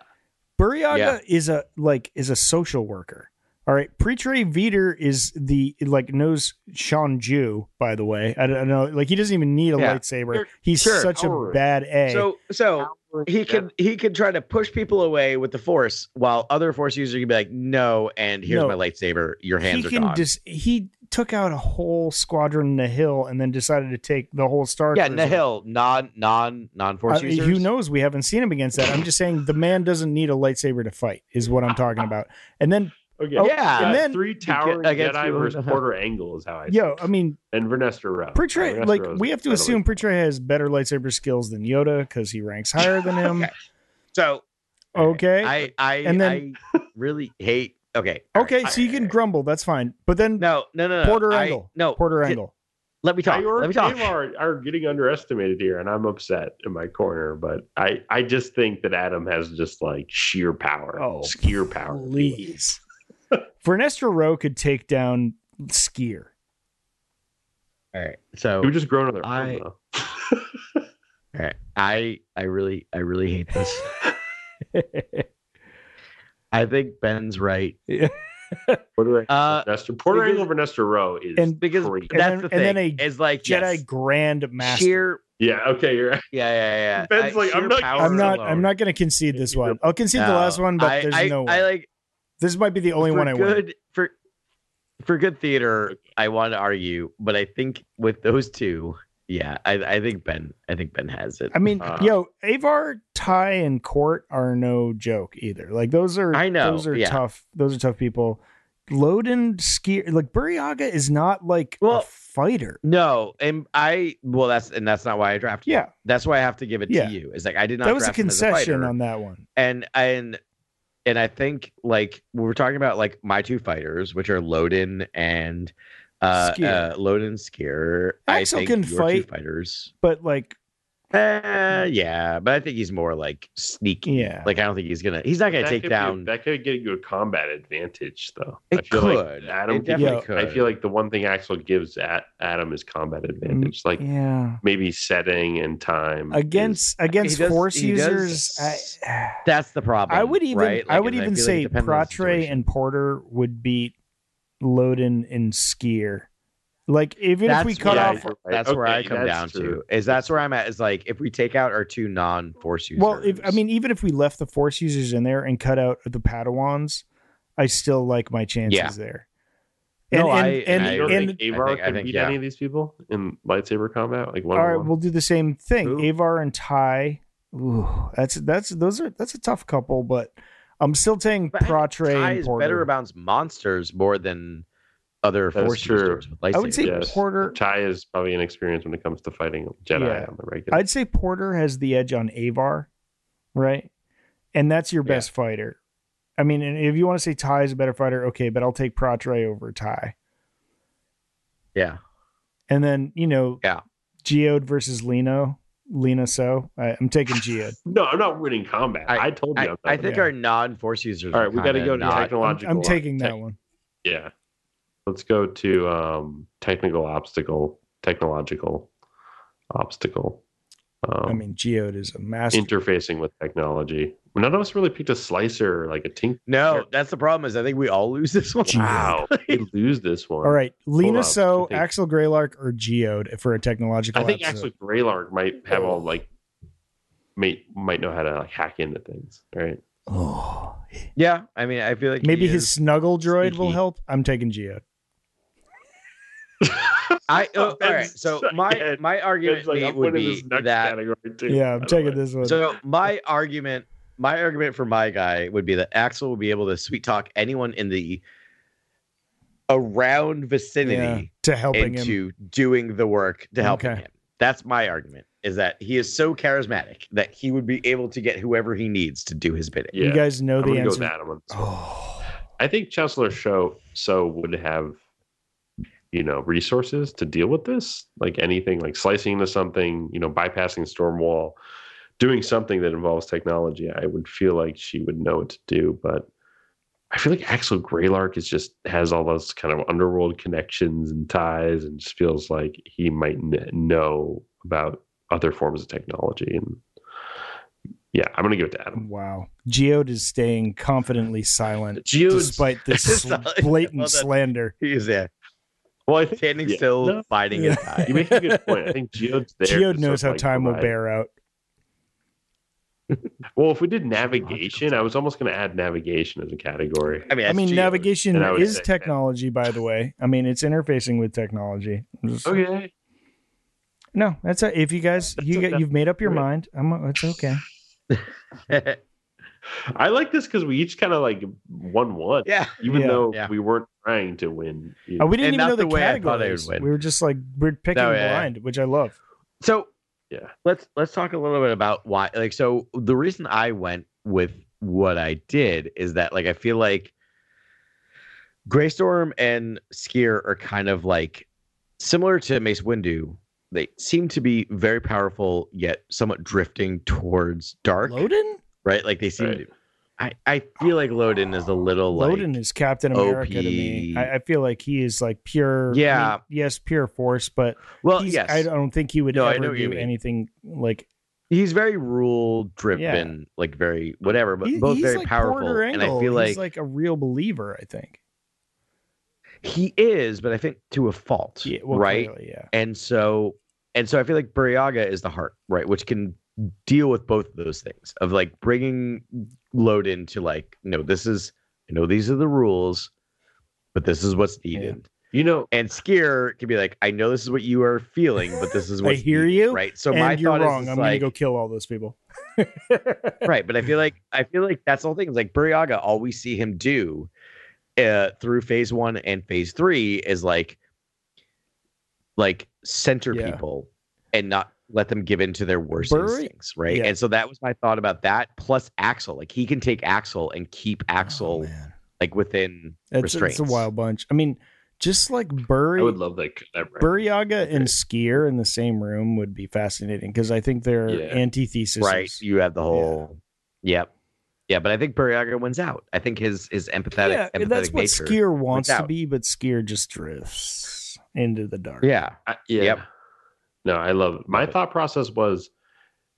Speaker 1: Buryaga
Speaker 3: Yeah.
Speaker 1: is a like is a social worker. All right, Pretre Veter is the like knows Sean Jew. By the way, I don't, I don't know, like he doesn't even need a
Speaker 3: Yeah.
Speaker 1: lightsaber.
Speaker 2: Sure,
Speaker 1: He's
Speaker 3: sure,
Speaker 1: such a
Speaker 2: power.
Speaker 1: bad A.
Speaker 3: so so he can he can try to push people away with the force while other force users can be like no and here's
Speaker 1: No.
Speaker 3: my lightsaber your hands
Speaker 1: he
Speaker 3: are
Speaker 1: can
Speaker 3: gone
Speaker 1: just he took out a whole squadron in the hill and then decided to take the whole star.
Speaker 3: yeah
Speaker 1: Cruiser.
Speaker 3: nahil non non non
Speaker 1: I
Speaker 3: force
Speaker 1: mean,
Speaker 3: users
Speaker 1: who knows? We haven't seen him against that. I'm just saying the man doesn't need a lightsaber to fight, is what I'm talking about. And then,
Speaker 2: Okay.
Speaker 1: Oh,
Speaker 3: yeah
Speaker 2: Uh,
Speaker 1: and then-
Speaker 2: three towering
Speaker 3: against
Speaker 2: Jedi
Speaker 3: people who
Speaker 2: versus
Speaker 3: don't have-
Speaker 2: Porter Angle is how I
Speaker 1: yo, I mean,
Speaker 2: and Vernestra Rowe.
Speaker 1: Portray,
Speaker 2: Vernestra
Speaker 1: like
Speaker 2: Rowe's
Speaker 1: we have to
Speaker 2: incredibly-
Speaker 1: assume Portray has better lightsaber skills than Yoda because he ranks higher than him.
Speaker 3: so
Speaker 1: okay.
Speaker 3: I I
Speaker 1: And then-
Speaker 3: I really hate Okay. all
Speaker 1: Okay,
Speaker 3: right,
Speaker 1: so you
Speaker 3: all
Speaker 1: can
Speaker 3: right,
Speaker 1: grumble. That's fine. But then
Speaker 3: No, no, no, no.
Speaker 1: Porter
Speaker 3: I-
Speaker 1: Engel.
Speaker 3: No,
Speaker 1: Porter
Speaker 3: d-
Speaker 1: Angle.
Speaker 3: let me talk.
Speaker 2: Mayor
Speaker 3: Let me talk.
Speaker 2: Dave Are, are getting underestimated here, and I'm upset in my corner. But I, I just think that Adam has just like sheer power,
Speaker 1: Oh,
Speaker 2: skier power. if you will.
Speaker 1: Please. Vernestra Rowe could take down Skier.
Speaker 3: All right. So
Speaker 2: Can we just grow another?
Speaker 3: I-
Speaker 2: promo?
Speaker 3: all right. I I really I really hate this. I think Ben's right.
Speaker 2: What do I?
Speaker 3: Uh
Speaker 2: Nestor Porter
Speaker 3: because-
Speaker 2: Angle over Nestor Rowe is
Speaker 1: And
Speaker 3: because
Speaker 2: great.
Speaker 1: and
Speaker 3: that's
Speaker 1: then-
Speaker 3: the
Speaker 1: and then
Speaker 3: thing.
Speaker 1: a
Speaker 3: is like
Speaker 1: Jedi
Speaker 3: yes,
Speaker 1: Grand Master.
Speaker 3: sheer
Speaker 2: yeah. Okay, you're right.
Speaker 3: Yeah, yeah, yeah.
Speaker 2: Ben's
Speaker 3: I-
Speaker 2: like, I'm
Speaker 3: sheer
Speaker 2: not-
Speaker 3: power
Speaker 1: I'm not
Speaker 3: alone.
Speaker 1: I'm not gonna concede this one. I'll concede the
Speaker 3: No,
Speaker 1: last one, but
Speaker 3: I-
Speaker 1: there's
Speaker 3: I-
Speaker 1: no way.
Speaker 3: I like
Speaker 1: this might be the only
Speaker 3: for
Speaker 1: one I win.
Speaker 3: good for for good theater. I want to argue, but I think with those two, yeah, I, I think Ben, I think Ben has it.
Speaker 1: I mean,
Speaker 2: Uh,
Speaker 1: yo, Avar, Ty, and Court are no joke either. Like those are
Speaker 3: I know,
Speaker 1: those are
Speaker 3: yeah.
Speaker 1: tough. Those are tough people. Loden Skier like Buryaga is not like
Speaker 3: Well-
Speaker 1: a fighter.
Speaker 3: no, and I well, that's and that's not why I drafted. him.
Speaker 1: Yeah.
Speaker 3: that's why I have to give it
Speaker 1: Yeah.
Speaker 3: to you. Is like I did not.
Speaker 1: That was a
Speaker 3: draft him as
Speaker 1: concession
Speaker 3: fighter.
Speaker 1: on that one.
Speaker 3: and and and I think like we were talking about like my two fighters, which are Loden and uh,
Speaker 1: Skier.
Speaker 3: uh Loden Skier.
Speaker 1: Axel
Speaker 3: I think
Speaker 1: can
Speaker 3: your
Speaker 1: fight.
Speaker 3: two fighters.
Speaker 1: But like,
Speaker 3: Uh, yeah, but I think he's more like sneaky.
Speaker 1: yeah.
Speaker 3: Like I don't think he's gonna. He's not gonna
Speaker 2: That could
Speaker 3: take
Speaker 2: be-
Speaker 3: down.
Speaker 2: that could get you a combat advantage, though. I
Speaker 3: it
Speaker 2: feel like
Speaker 3: could.
Speaker 2: Adam
Speaker 3: it
Speaker 2: could-
Speaker 3: definitely
Speaker 1: Yeah.
Speaker 3: could.
Speaker 2: I feel like the one thing Axel gives at Adam is combat advantage, like
Speaker 1: yeah.
Speaker 2: maybe setting and time is-
Speaker 1: Against against
Speaker 3: does-
Speaker 1: force
Speaker 3: he
Speaker 1: users,
Speaker 3: does-
Speaker 1: I,
Speaker 3: that's the problem.
Speaker 1: I would even
Speaker 3: right?
Speaker 1: I
Speaker 3: Like,
Speaker 1: would
Speaker 3: and
Speaker 1: even
Speaker 3: feel like it
Speaker 1: say
Speaker 3: depends on the
Speaker 1: Pratre
Speaker 3: situation.
Speaker 1: and Porter would beat Loden and Skier. Like even if
Speaker 3: That's
Speaker 1: we cut
Speaker 3: what I-
Speaker 1: off
Speaker 2: you're right.
Speaker 3: That's where
Speaker 2: Okay,
Speaker 3: I come
Speaker 2: that's
Speaker 3: down
Speaker 2: true.
Speaker 3: to. Is that's where I'm at? Is like if we take out our two non-force users.
Speaker 1: Well, if, I mean, even if we left the Force users in there and cut out the Padawans, I still like my chances
Speaker 3: Yeah.
Speaker 1: there. And,
Speaker 3: No,
Speaker 1: and,
Speaker 3: I-
Speaker 1: and,
Speaker 2: And, you don't
Speaker 1: and,
Speaker 2: think Avar
Speaker 3: I think- I
Speaker 2: can
Speaker 3: think,
Speaker 2: beat
Speaker 3: yeah.
Speaker 2: any of these people in lightsaber combat? Like one
Speaker 1: all right,
Speaker 2: on
Speaker 1: we'll
Speaker 2: one?
Speaker 1: do the same thing.
Speaker 3: Ooh.
Speaker 1: Avar and Ty. Ooh, that's that's those are that's a tough couple, but I'm still saying
Speaker 3: But I think
Speaker 1: Pratre
Speaker 3: Ty
Speaker 1: and
Speaker 3: is
Speaker 1: Porter.
Speaker 3: better about monsters more than other
Speaker 2: That is
Speaker 3: force
Speaker 2: true.
Speaker 3: users. With
Speaker 1: I would say
Speaker 3: lightsabers.
Speaker 2: Yes.
Speaker 1: Porter.
Speaker 2: Ty is probably inexperienced when it comes to fighting Jedi
Speaker 1: Yeah.
Speaker 2: on the regular.
Speaker 1: I'd say Porter has the edge on Avar, right? And that's your
Speaker 3: Yeah.
Speaker 1: best fighter. I mean, and if you want to say Ty is a better fighter, okay, but I'll take Pratre over Ty.
Speaker 3: Yeah.
Speaker 1: And then, you know,
Speaker 3: Yeah.
Speaker 1: Geode versus Lino. Lino so. I, I'm taking Geode.
Speaker 2: no, I'm not winning combat. I, told you.
Speaker 3: I,
Speaker 2: I'm not
Speaker 3: I think
Speaker 1: Yeah.
Speaker 3: our non-force users.
Speaker 2: All
Speaker 3: are
Speaker 2: right, we got to
Speaker 3: kinda
Speaker 2: go to
Speaker 3: not,
Speaker 1: I'm,
Speaker 2: technological.
Speaker 1: I'm taking
Speaker 2: that.
Speaker 1: that one.
Speaker 2: Yeah. Let's go to um, technical obstacle, technological obstacle. Um,
Speaker 1: I mean, Geode is a master.
Speaker 2: interfacing with technology. None of us really picked a slicer or like a tink.
Speaker 3: No, that's the problem. Is I think we all lose this one. Ah,
Speaker 2: Wow, we lose this one.
Speaker 1: All right. Lino
Speaker 2: up,
Speaker 1: so,
Speaker 2: I think.
Speaker 1: Axel Greylark, or Geode for a technological
Speaker 2: I think
Speaker 1: episode.
Speaker 2: actually Greylark might have all like, might might know how to like, hack into things. Right?
Speaker 1: Oh.
Speaker 3: Yeah, I mean, I feel like he
Speaker 1: Maybe his
Speaker 3: is.
Speaker 1: snuggle droid will
Speaker 3: sneaky.
Speaker 1: help. I'm taking Geode.
Speaker 3: I oh, all right.
Speaker 2: Ben's
Speaker 3: So
Speaker 2: so
Speaker 3: my
Speaker 2: good.
Speaker 3: my argument
Speaker 2: It's like,
Speaker 3: Nate,
Speaker 2: I'm
Speaker 3: would
Speaker 2: winning
Speaker 3: be
Speaker 2: this next
Speaker 3: that.
Speaker 2: category too.
Speaker 1: Yeah, I'm
Speaker 2: by the
Speaker 1: taking
Speaker 2: way.
Speaker 1: this one.
Speaker 3: So my argument, my argument for my guy would be that Axel will be able to sweet talk anyone in the around
Speaker 1: Yeah,
Speaker 3: vicinity
Speaker 1: to helping him.
Speaker 3: into doing the work to helping
Speaker 1: Okay.
Speaker 3: him. That's my argument. Is that he is so charismatic that he would be able to get whoever he needs to do his bidding.
Speaker 2: Yeah,
Speaker 1: You guys know
Speaker 2: I'm
Speaker 1: the
Speaker 2: gonna go with
Speaker 1: answer.
Speaker 2: that one.
Speaker 1: Oh.
Speaker 2: I think Chancellor Show so would have, you know, resources to deal with this, like anything, like slicing into something, you know, bypassing storm wall, doing something that involves technology. I would feel like she would know what to do, but I feel like Axel Greylark is just has all those kind of underworld connections and ties, and just feels like he might kn- know about other forms of technology. And yeah, I'm gonna give it to Adam.
Speaker 1: Wow. Geode is staying confidently silent
Speaker 2: Geo's
Speaker 1: despite this sl-
Speaker 3: Silent.
Speaker 1: blatant
Speaker 3: Well done.
Speaker 1: slander.
Speaker 3: He is there,
Speaker 2: well, I think
Speaker 3: standing
Speaker 2: yeah.
Speaker 3: still,
Speaker 2: No.
Speaker 3: fighting
Speaker 1: Yeah.
Speaker 3: his eye.
Speaker 2: You make a good point. I think Geode's there.
Speaker 1: Geode
Speaker 2: to
Speaker 1: knows how
Speaker 2: sort of, like,
Speaker 1: time will
Speaker 2: provide-
Speaker 1: bear out.
Speaker 2: Well, if we did navigation, I was almost going to add navigation as a category.
Speaker 3: I mean,
Speaker 1: I
Speaker 3: that's
Speaker 1: mean,
Speaker 3: Geo.
Speaker 1: navigation
Speaker 2: And I would
Speaker 1: is
Speaker 2: say-
Speaker 1: technology, by the way. I mean, it's interfacing with technology. I'm just-
Speaker 2: Okay.
Speaker 1: No, that's a, if you guys
Speaker 2: That's
Speaker 1: you
Speaker 2: okay.
Speaker 1: got, you've made up your
Speaker 2: Right.
Speaker 1: mind. I'm it's okay.
Speaker 2: I like this because we each kind of like won one,
Speaker 3: yeah.
Speaker 2: even
Speaker 1: Yeah.
Speaker 2: though
Speaker 3: Yeah.
Speaker 2: we weren't trying to win.
Speaker 1: Oh,
Speaker 2: you know.
Speaker 1: we didn't
Speaker 3: And
Speaker 1: even
Speaker 3: not
Speaker 1: know the,
Speaker 3: the way I thought I would
Speaker 1: categories.
Speaker 3: win.
Speaker 1: We were just like we're picking
Speaker 3: No, yeah, yeah.
Speaker 1: blind, which I love.
Speaker 3: So
Speaker 2: Yeah.
Speaker 3: let's let's talk a little bit about why. Like, so the reason I went with what I did is that like I feel like Graystorm and Skier are kind of like similar to Mace Windu. They seem to be very powerful, yet somewhat drifting towards dark.
Speaker 1: Loden?
Speaker 3: right? Like they seem.
Speaker 2: Right.
Speaker 3: I I feel like Loden is a little like
Speaker 1: Loden is Captain America to me.
Speaker 3: OP.
Speaker 1: I, I feel like he is like pure. I
Speaker 3: Yeah.
Speaker 1: mean, yes, pure force, but
Speaker 3: well,
Speaker 1: he's-
Speaker 3: yes,
Speaker 1: I don't think he would
Speaker 3: No, I know
Speaker 1: ever
Speaker 3: what you
Speaker 1: do
Speaker 3: mean.
Speaker 1: anything like.
Speaker 3: he's very rule driven, like very whatever, but
Speaker 1: he-
Speaker 3: both
Speaker 1: he's
Speaker 3: very
Speaker 1: like
Speaker 3: powerful.
Speaker 1: Porter
Speaker 3: And I
Speaker 1: Engel.
Speaker 3: feel
Speaker 1: he's
Speaker 3: like,
Speaker 1: like a real believer. I think.
Speaker 3: he is, but I think to a fault,
Speaker 1: Yeah, well,
Speaker 3: right?
Speaker 1: clearly, yeah.
Speaker 3: And so and so I feel like Buryaga is the heart, right, which can deal with both of those things of like bringing Loden to like no, this is you know these are the rules, but this is what's needed.
Speaker 2: You know,
Speaker 3: And Skier could be like, I know this is what you are feeling, but this is
Speaker 1: I
Speaker 3: what
Speaker 1: hear you,
Speaker 3: right? So
Speaker 1: and
Speaker 3: my
Speaker 1: you're
Speaker 3: thought
Speaker 1: wrong.
Speaker 3: is, is
Speaker 1: I'm
Speaker 3: like,
Speaker 1: gonna go kill all those people.
Speaker 3: right, but I feel like I feel like that's the whole thing. It's like Buryaga, all we see him do uh, through phase one and phase three is like like center
Speaker 1: Yeah.
Speaker 3: people and not let them give in to their worst
Speaker 1: Buri-
Speaker 3: instincts, right?
Speaker 1: Yeah.
Speaker 3: And so that was my thought about that. Plus Axel, like he can take Axel and keep
Speaker 1: Oh,
Speaker 3: Axel
Speaker 1: man.
Speaker 3: like within
Speaker 1: It's, it's
Speaker 3: restraints.
Speaker 1: a wild bunch. I mean, just like Burry,
Speaker 2: I would love that. that record.
Speaker 1: Buryaga and Skier in the same room would be fascinating because I think they're
Speaker 2: Yeah.
Speaker 1: antitheses.
Speaker 3: right. You have the whole, yep, yeah. But I think Buryaga wins out. I think his his empathetic,
Speaker 1: yeah,
Speaker 3: empathetic
Speaker 1: that's what
Speaker 3: nature.
Speaker 1: Skier wants to
Speaker 3: without-
Speaker 1: be, but Skier just drifts into the dark.
Speaker 3: yeah,
Speaker 2: I, yeah.
Speaker 3: Yep.
Speaker 2: No, I love it. My thought process was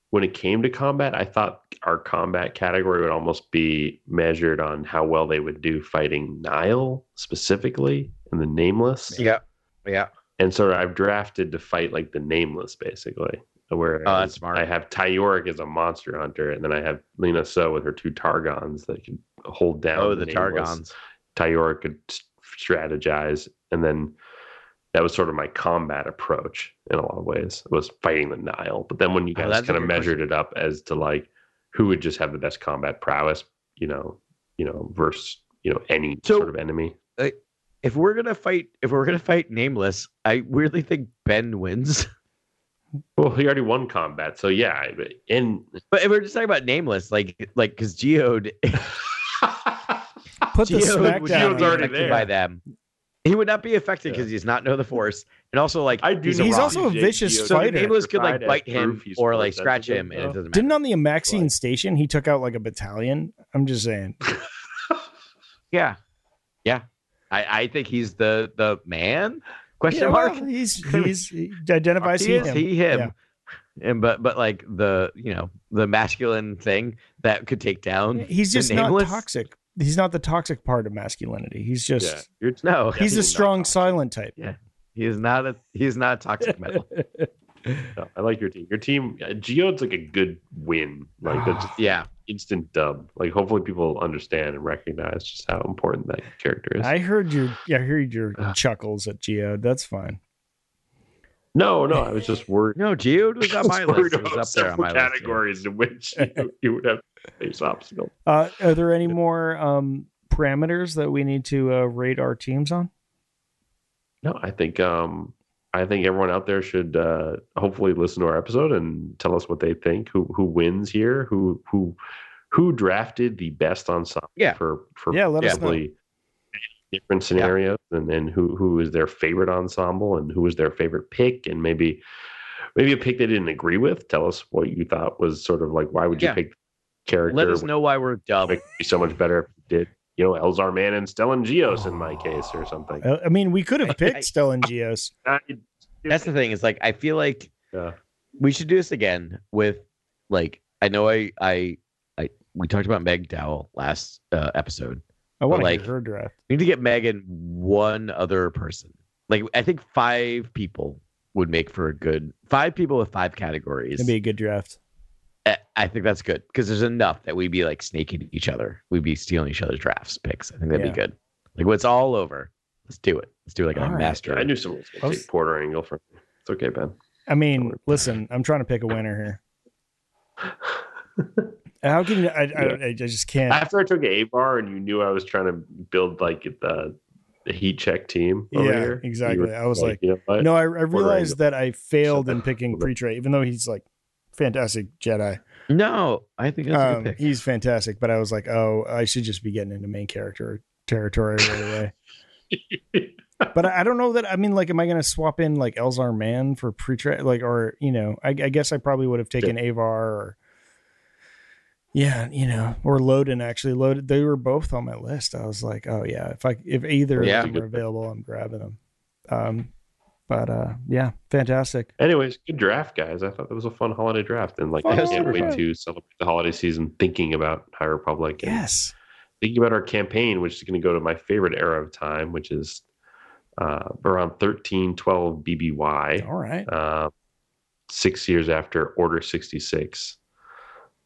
Speaker 2: when it came to combat, I thought our combat category would almost be measured on how well they would do fighting Nile specifically and the Nameless.
Speaker 3: yeah, yeah.
Speaker 2: And so I've drafted to fight like the Nameless basically. Where
Speaker 3: Oh, that's smart.
Speaker 2: I have Tyorik as a monster hunter, and then I have Lena So with her two Targons that can hold down.
Speaker 3: Oh, the
Speaker 2: Nameless.
Speaker 3: Targons.
Speaker 2: Tyora could s- strategize, and then that was sort of my combat approach in a lot of ways was fighting the Nile. But then when you
Speaker 3: Oh,
Speaker 2: guys
Speaker 3: that's a
Speaker 2: kind of
Speaker 3: good
Speaker 2: measured it up as to like who would just have the best combat prowess, you know, you know, versus you know any
Speaker 3: So-
Speaker 2: sort of enemy.
Speaker 3: If we're gonna fight, if we're gonna fight Nameless, I weirdly think Ben wins.
Speaker 2: Well, he already won combat, so yeah. I- but- And
Speaker 3: But if we're just talking about Nameless, like like because Geode,
Speaker 1: Put the
Speaker 3: Geode
Speaker 1: smack
Speaker 3: would
Speaker 1: down on
Speaker 2: Geode's
Speaker 3: not be
Speaker 1: him.
Speaker 2: already
Speaker 3: affected
Speaker 2: there.
Speaker 3: by them. He would not be affected
Speaker 2: Yeah.
Speaker 3: because he does not know the Force, and also like
Speaker 2: I do.
Speaker 3: he's,
Speaker 2: know
Speaker 1: He's
Speaker 2: Rocky
Speaker 1: also a
Speaker 2: J.
Speaker 1: vicious
Speaker 2: Geode
Speaker 3: so
Speaker 1: fighter.
Speaker 3: Nameless could like
Speaker 2: tried
Speaker 3: bite
Speaker 2: to
Speaker 3: him
Speaker 2: prove he's
Speaker 3: or
Speaker 2: more
Speaker 3: like scratch
Speaker 2: sensitive,
Speaker 3: him, and it
Speaker 2: though.
Speaker 3: doesn't matter.
Speaker 1: Didn't on the Amaxine
Speaker 2: Like-
Speaker 1: station he took out like a battalion? I'm just saying.
Speaker 3: yeah, yeah. I I think he's the the man. Question
Speaker 1: Yeah,
Speaker 3: mark.
Speaker 1: well, he's he's he identifies
Speaker 3: he
Speaker 1: he,
Speaker 3: is
Speaker 1: him.
Speaker 3: he him and but but like the you know the masculine thing that could take down
Speaker 1: He's
Speaker 3: the
Speaker 1: just
Speaker 3: um,
Speaker 1: not
Speaker 3: nameless-
Speaker 1: toxic. He's not the toxic part of masculinity. He's just
Speaker 2: Yeah, you're t-
Speaker 3: no
Speaker 2: Yeah.
Speaker 1: he's
Speaker 2: definitely
Speaker 1: a
Speaker 2: not
Speaker 1: strong
Speaker 2: toxic.
Speaker 1: silent type.
Speaker 3: he is not a he is not a toxic metal
Speaker 2: no, I like your team. Your team, uh, Geode's like a good win. Like that's
Speaker 3: yeah
Speaker 2: instant dub. Like hopefully people understand and recognize just how important that character is.
Speaker 1: I heard your yeah, I heard your
Speaker 2: Ugh.
Speaker 1: chuckles at Geo. That's fine.
Speaker 2: no, no, I was just worried.
Speaker 3: no geode was on
Speaker 2: I
Speaker 3: my
Speaker 2: was worried
Speaker 3: list it
Speaker 2: about
Speaker 3: was up there on
Speaker 2: several
Speaker 3: my list yeah.
Speaker 2: categories in which you, you would have to face obstacles.
Speaker 1: Uh, are there any more um, parameters that we need to uh, rate our teams on?
Speaker 2: No, I think um I think everyone out there should uh hopefully listen to our episode and tell us what they think, who who wins here, who who who drafted the best ensemble
Speaker 3: Yeah.
Speaker 2: for for
Speaker 1: Yeah, let us know.
Speaker 2: probably different scenarios and then who who is their favorite ensemble and who was their favorite pick and maybe maybe a pick they didn't agree with tell us what you thought was sort of like why would you
Speaker 3: Yeah.
Speaker 2: pick character
Speaker 3: let us know why we're dumb
Speaker 2: would be so much better if you did you know elzar man and stellan geos in my case or something
Speaker 1: Uh, I mean, we could have
Speaker 3: I-
Speaker 1: picked Stellan Geos.
Speaker 2: I- uh,
Speaker 3: that's the thing is like i feel like
Speaker 2: Yeah.
Speaker 3: we should do this again with like i know i i i we talked about meg dowell last uh, episode
Speaker 1: I want to
Speaker 3: like-
Speaker 1: hear her draft.
Speaker 3: We need to get Megan one other person. Like I think five people would make for a good five people with five categories.
Speaker 1: It'd be a good draft.
Speaker 3: I, I think that's good because there's enough that we'd be like snaking each other. We'd be stealing each other's drafts picks. I think that'd
Speaker 1: Yeah.
Speaker 3: be good. Like when it's all over, let's do it. Let's do like
Speaker 1: All
Speaker 3: a
Speaker 1: right.
Speaker 3: master.
Speaker 2: I knew someone was
Speaker 1: I
Speaker 2: going to
Speaker 1: was-
Speaker 2: take Porter Angle for me. It's okay, Ben.
Speaker 1: I mean, listen, I'm trying to pick a winner here. How can you? I, I, I just can't.
Speaker 2: After I took Avar and you knew I was trying to build like the, the heat check team over
Speaker 1: Yeah,
Speaker 2: here. you
Speaker 1: exactly.
Speaker 2: were
Speaker 1: I was like,
Speaker 2: you know what?
Speaker 1: no, I, I realized
Speaker 2: Angle.
Speaker 1: that I failed in
Speaker 2: Shut
Speaker 1: picking
Speaker 2: up.
Speaker 1: Pretra, even though he's like fantastic Jedi.
Speaker 3: no, I think that's a
Speaker 1: Um,
Speaker 3: good pick.
Speaker 1: he's fantastic, but I was like, oh, I should just be getting into main character territory right away. but I I don't know that. I mean, like, am I going to swap in like Elzar Man for pre Like, or you know, I, I guess I probably would have taken Avar or yeah, you know, or Loden. Actually, Loden. They were both on my list. I was like, oh yeah, if I if either
Speaker 3: Yeah.
Speaker 1: of them are available, I'm grabbing them. Um, but uh, yeah, fantastic.
Speaker 2: Anyways, good draft, guys. I thought that was a fun holiday draft, and like
Speaker 1: Oh, Fun
Speaker 2: I can't
Speaker 1: holiday
Speaker 2: wait
Speaker 1: draft.
Speaker 2: to celebrate the holiday season thinking about High Republic and
Speaker 1: Yes.
Speaker 2: thinking about our campaign, which is going to go to my favorite era of time, which is uh, around thirteen twelve BBY,
Speaker 1: All right.
Speaker 2: uh, six years after Order sixty six.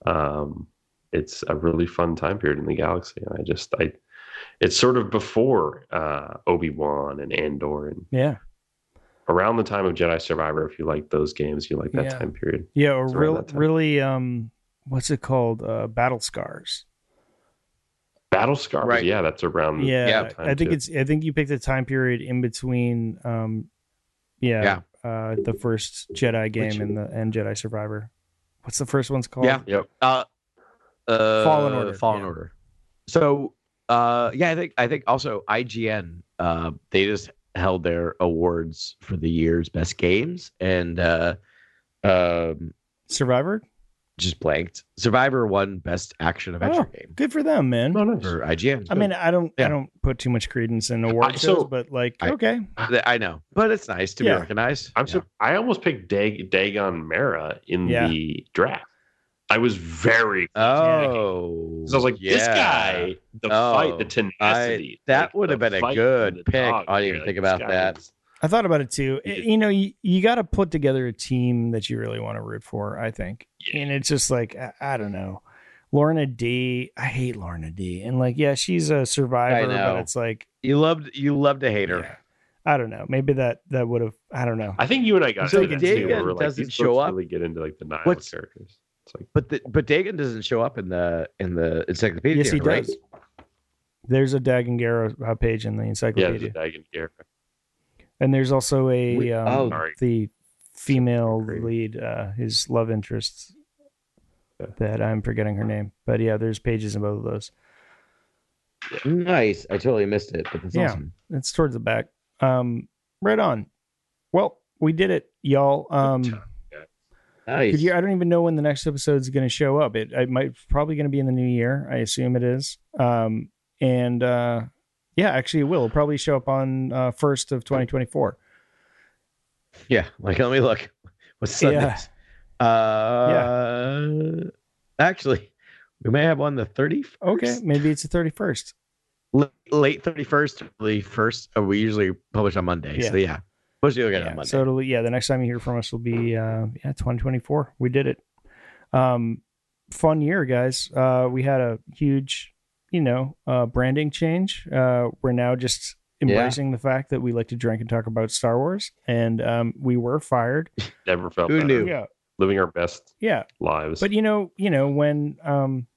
Speaker 2: Um, it's a really fun time period in the galaxy, and I just I, it's sort of before uh, Obi Wan and Andor and
Speaker 1: Yeah.
Speaker 2: around the time of Jedi Survivor. If you like those games, you like that
Speaker 1: Yeah.
Speaker 2: time period.
Speaker 1: Yeah. Or
Speaker 2: It's around
Speaker 1: real,
Speaker 2: that time.
Speaker 1: really. Um, what's it called? Uh, Battle Scars.
Speaker 2: Battle Scars,
Speaker 3: Right.
Speaker 2: yeah, that's around.
Speaker 1: yeah,
Speaker 3: yeah,
Speaker 1: I
Speaker 2: time
Speaker 1: think
Speaker 2: too.
Speaker 1: it's I think you picked a time period in between um yeah, uh the first Jedi game
Speaker 2: Which-
Speaker 1: and the and Jedi Survivor. What's the first one's called?
Speaker 3: Yeah.
Speaker 2: Yep.
Speaker 3: Uh, uh,
Speaker 1: Fallen Order,
Speaker 3: Fallen
Speaker 1: yeah.
Speaker 3: Order. So, uh, yeah, I think I think also IGN. Uh, they just held their awards for the year's best games, and uh, um,
Speaker 1: Survivor?
Speaker 3: just blanked. Survivor won best action adventure game
Speaker 1: Oh, Good for them, man.
Speaker 2: Oh, nice.
Speaker 3: for IGN.
Speaker 1: I mean, I don't I
Speaker 3: Yeah.
Speaker 1: don't put too much credence in award
Speaker 2: I-
Speaker 1: shows,
Speaker 2: so-
Speaker 1: but like
Speaker 3: I-
Speaker 1: okay.
Speaker 3: Th- I know, but it's nice to
Speaker 1: Yeah.
Speaker 3: be recognized.
Speaker 2: I'm
Speaker 3: Yeah.
Speaker 2: so I almost picked Dag- Dagon Mara in
Speaker 1: Yeah.
Speaker 2: the draft. I was very
Speaker 3: Oh,
Speaker 2: 'cause I was like, this
Speaker 3: yeah.
Speaker 2: guy, the
Speaker 3: Oh,
Speaker 2: fight, the tenacity.
Speaker 3: that
Speaker 2: like,
Speaker 3: would have
Speaker 2: the
Speaker 3: been a
Speaker 2: fight
Speaker 3: good
Speaker 2: and the
Speaker 3: pick.
Speaker 2: dog,
Speaker 3: I didn't even
Speaker 2: like,
Speaker 3: think
Speaker 2: this
Speaker 3: about
Speaker 2: guy
Speaker 3: that.
Speaker 2: is-
Speaker 1: I thought about it too.
Speaker 2: You
Speaker 1: It-
Speaker 2: did.
Speaker 1: you know, you, you got to put together a team that you really want to root for, I think.
Speaker 2: Yeah.
Speaker 1: And it's just like I, I don't know. Lorna D, I hate Lorna D. And like yeah, she's a survivor,
Speaker 3: know.
Speaker 1: but it's like
Speaker 3: You loved you loved to hate her.
Speaker 1: Yeah. I don't know. Maybe that that would have. I don't know.
Speaker 2: I think you and I got
Speaker 3: So
Speaker 2: so that too.
Speaker 3: Dagon
Speaker 2: where We're like,
Speaker 3: doesn't
Speaker 2: these
Speaker 3: show
Speaker 2: show
Speaker 3: up.
Speaker 2: Really get into like the Nile
Speaker 3: What's-
Speaker 2: characters. It's like
Speaker 3: But the, but Dagon doesn't show up in the in the encyclopedia.
Speaker 1: Yes, he
Speaker 3: right?
Speaker 1: does. There's a Dagenguera uh, page in the
Speaker 2: yeah, there's
Speaker 1: encyclopedia,
Speaker 2: a Dagon character.
Speaker 1: and there's also a
Speaker 3: We-
Speaker 1: um,
Speaker 3: oh.
Speaker 2: Sorry.
Speaker 1: the female
Speaker 2: Great.
Speaker 1: lead, uh, his love interest.
Speaker 2: Yeah.
Speaker 1: That I'm forgetting her name, but yeah, there's pages in both of those.
Speaker 3: Nice. I totally missed it, but that's
Speaker 1: Yeah.
Speaker 3: awesome.
Speaker 1: It's towards the back. Um, right on. Well, we did it, y'all. Um,
Speaker 3: Nice.
Speaker 1: could you, I don't even know when the next episode is going to show up. It, it might probably going to be in the new year. I assume it is. Um, and uh, yeah, actually, it will It'll probably show up on uh, first of 2024.
Speaker 3: yeah. Like, let me look. What's Sunday?
Speaker 1: Yeah.
Speaker 3: Uh, Actually, we may have one the 30th.
Speaker 1: Okay, maybe it's the 31st.
Speaker 3: L- late 31st, the first. Oh, we usually publish on Monday. So, yeah. Mostly look at it on
Speaker 1: Yeah,
Speaker 3: Monday.
Speaker 1: so it'll yeah, the next time you hear from us will be uh, yeah 2024. We did it. Um, fun year, guys. Uh, we had a huge, you know, uh, branding change. Uh, we're now just embracing the fact that we like to drink and talk about Star Wars, and um, we were fired.
Speaker 2: Never felt
Speaker 3: Who
Speaker 2: better.
Speaker 3: knew?
Speaker 1: Yeah,
Speaker 2: living our best
Speaker 1: yeah.
Speaker 2: lives.
Speaker 1: But you know, you know when um,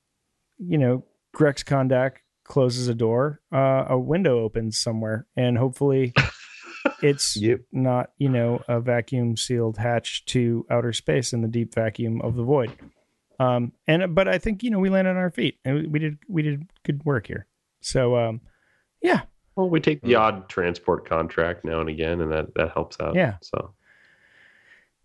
Speaker 1: you know Grex Kondak closes a door, uh, a window opens somewhere, and hopefully, it's
Speaker 3: Yep.
Speaker 1: not you know a vacuum sealed hatch to outer space in the deep vacuum of the void. Um, and but I think you know we landed on our feet and we did we did good work here. So um, yeah,
Speaker 2: well, we take
Speaker 3: Hmm.
Speaker 2: the odd transport contract now and again, and that that helps out.
Speaker 1: Yeah.
Speaker 2: So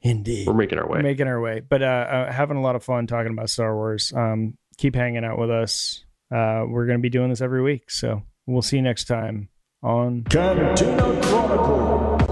Speaker 1: indeed,
Speaker 2: we're making our
Speaker 1: we're
Speaker 2: way.
Speaker 1: making our way. But uh, uh, having a lot of fun talking about Star Wars. Um, keep hanging out with us. Uh, we're going to be doing this every week, so we'll see you next time on
Speaker 5: Cantina Chronicle.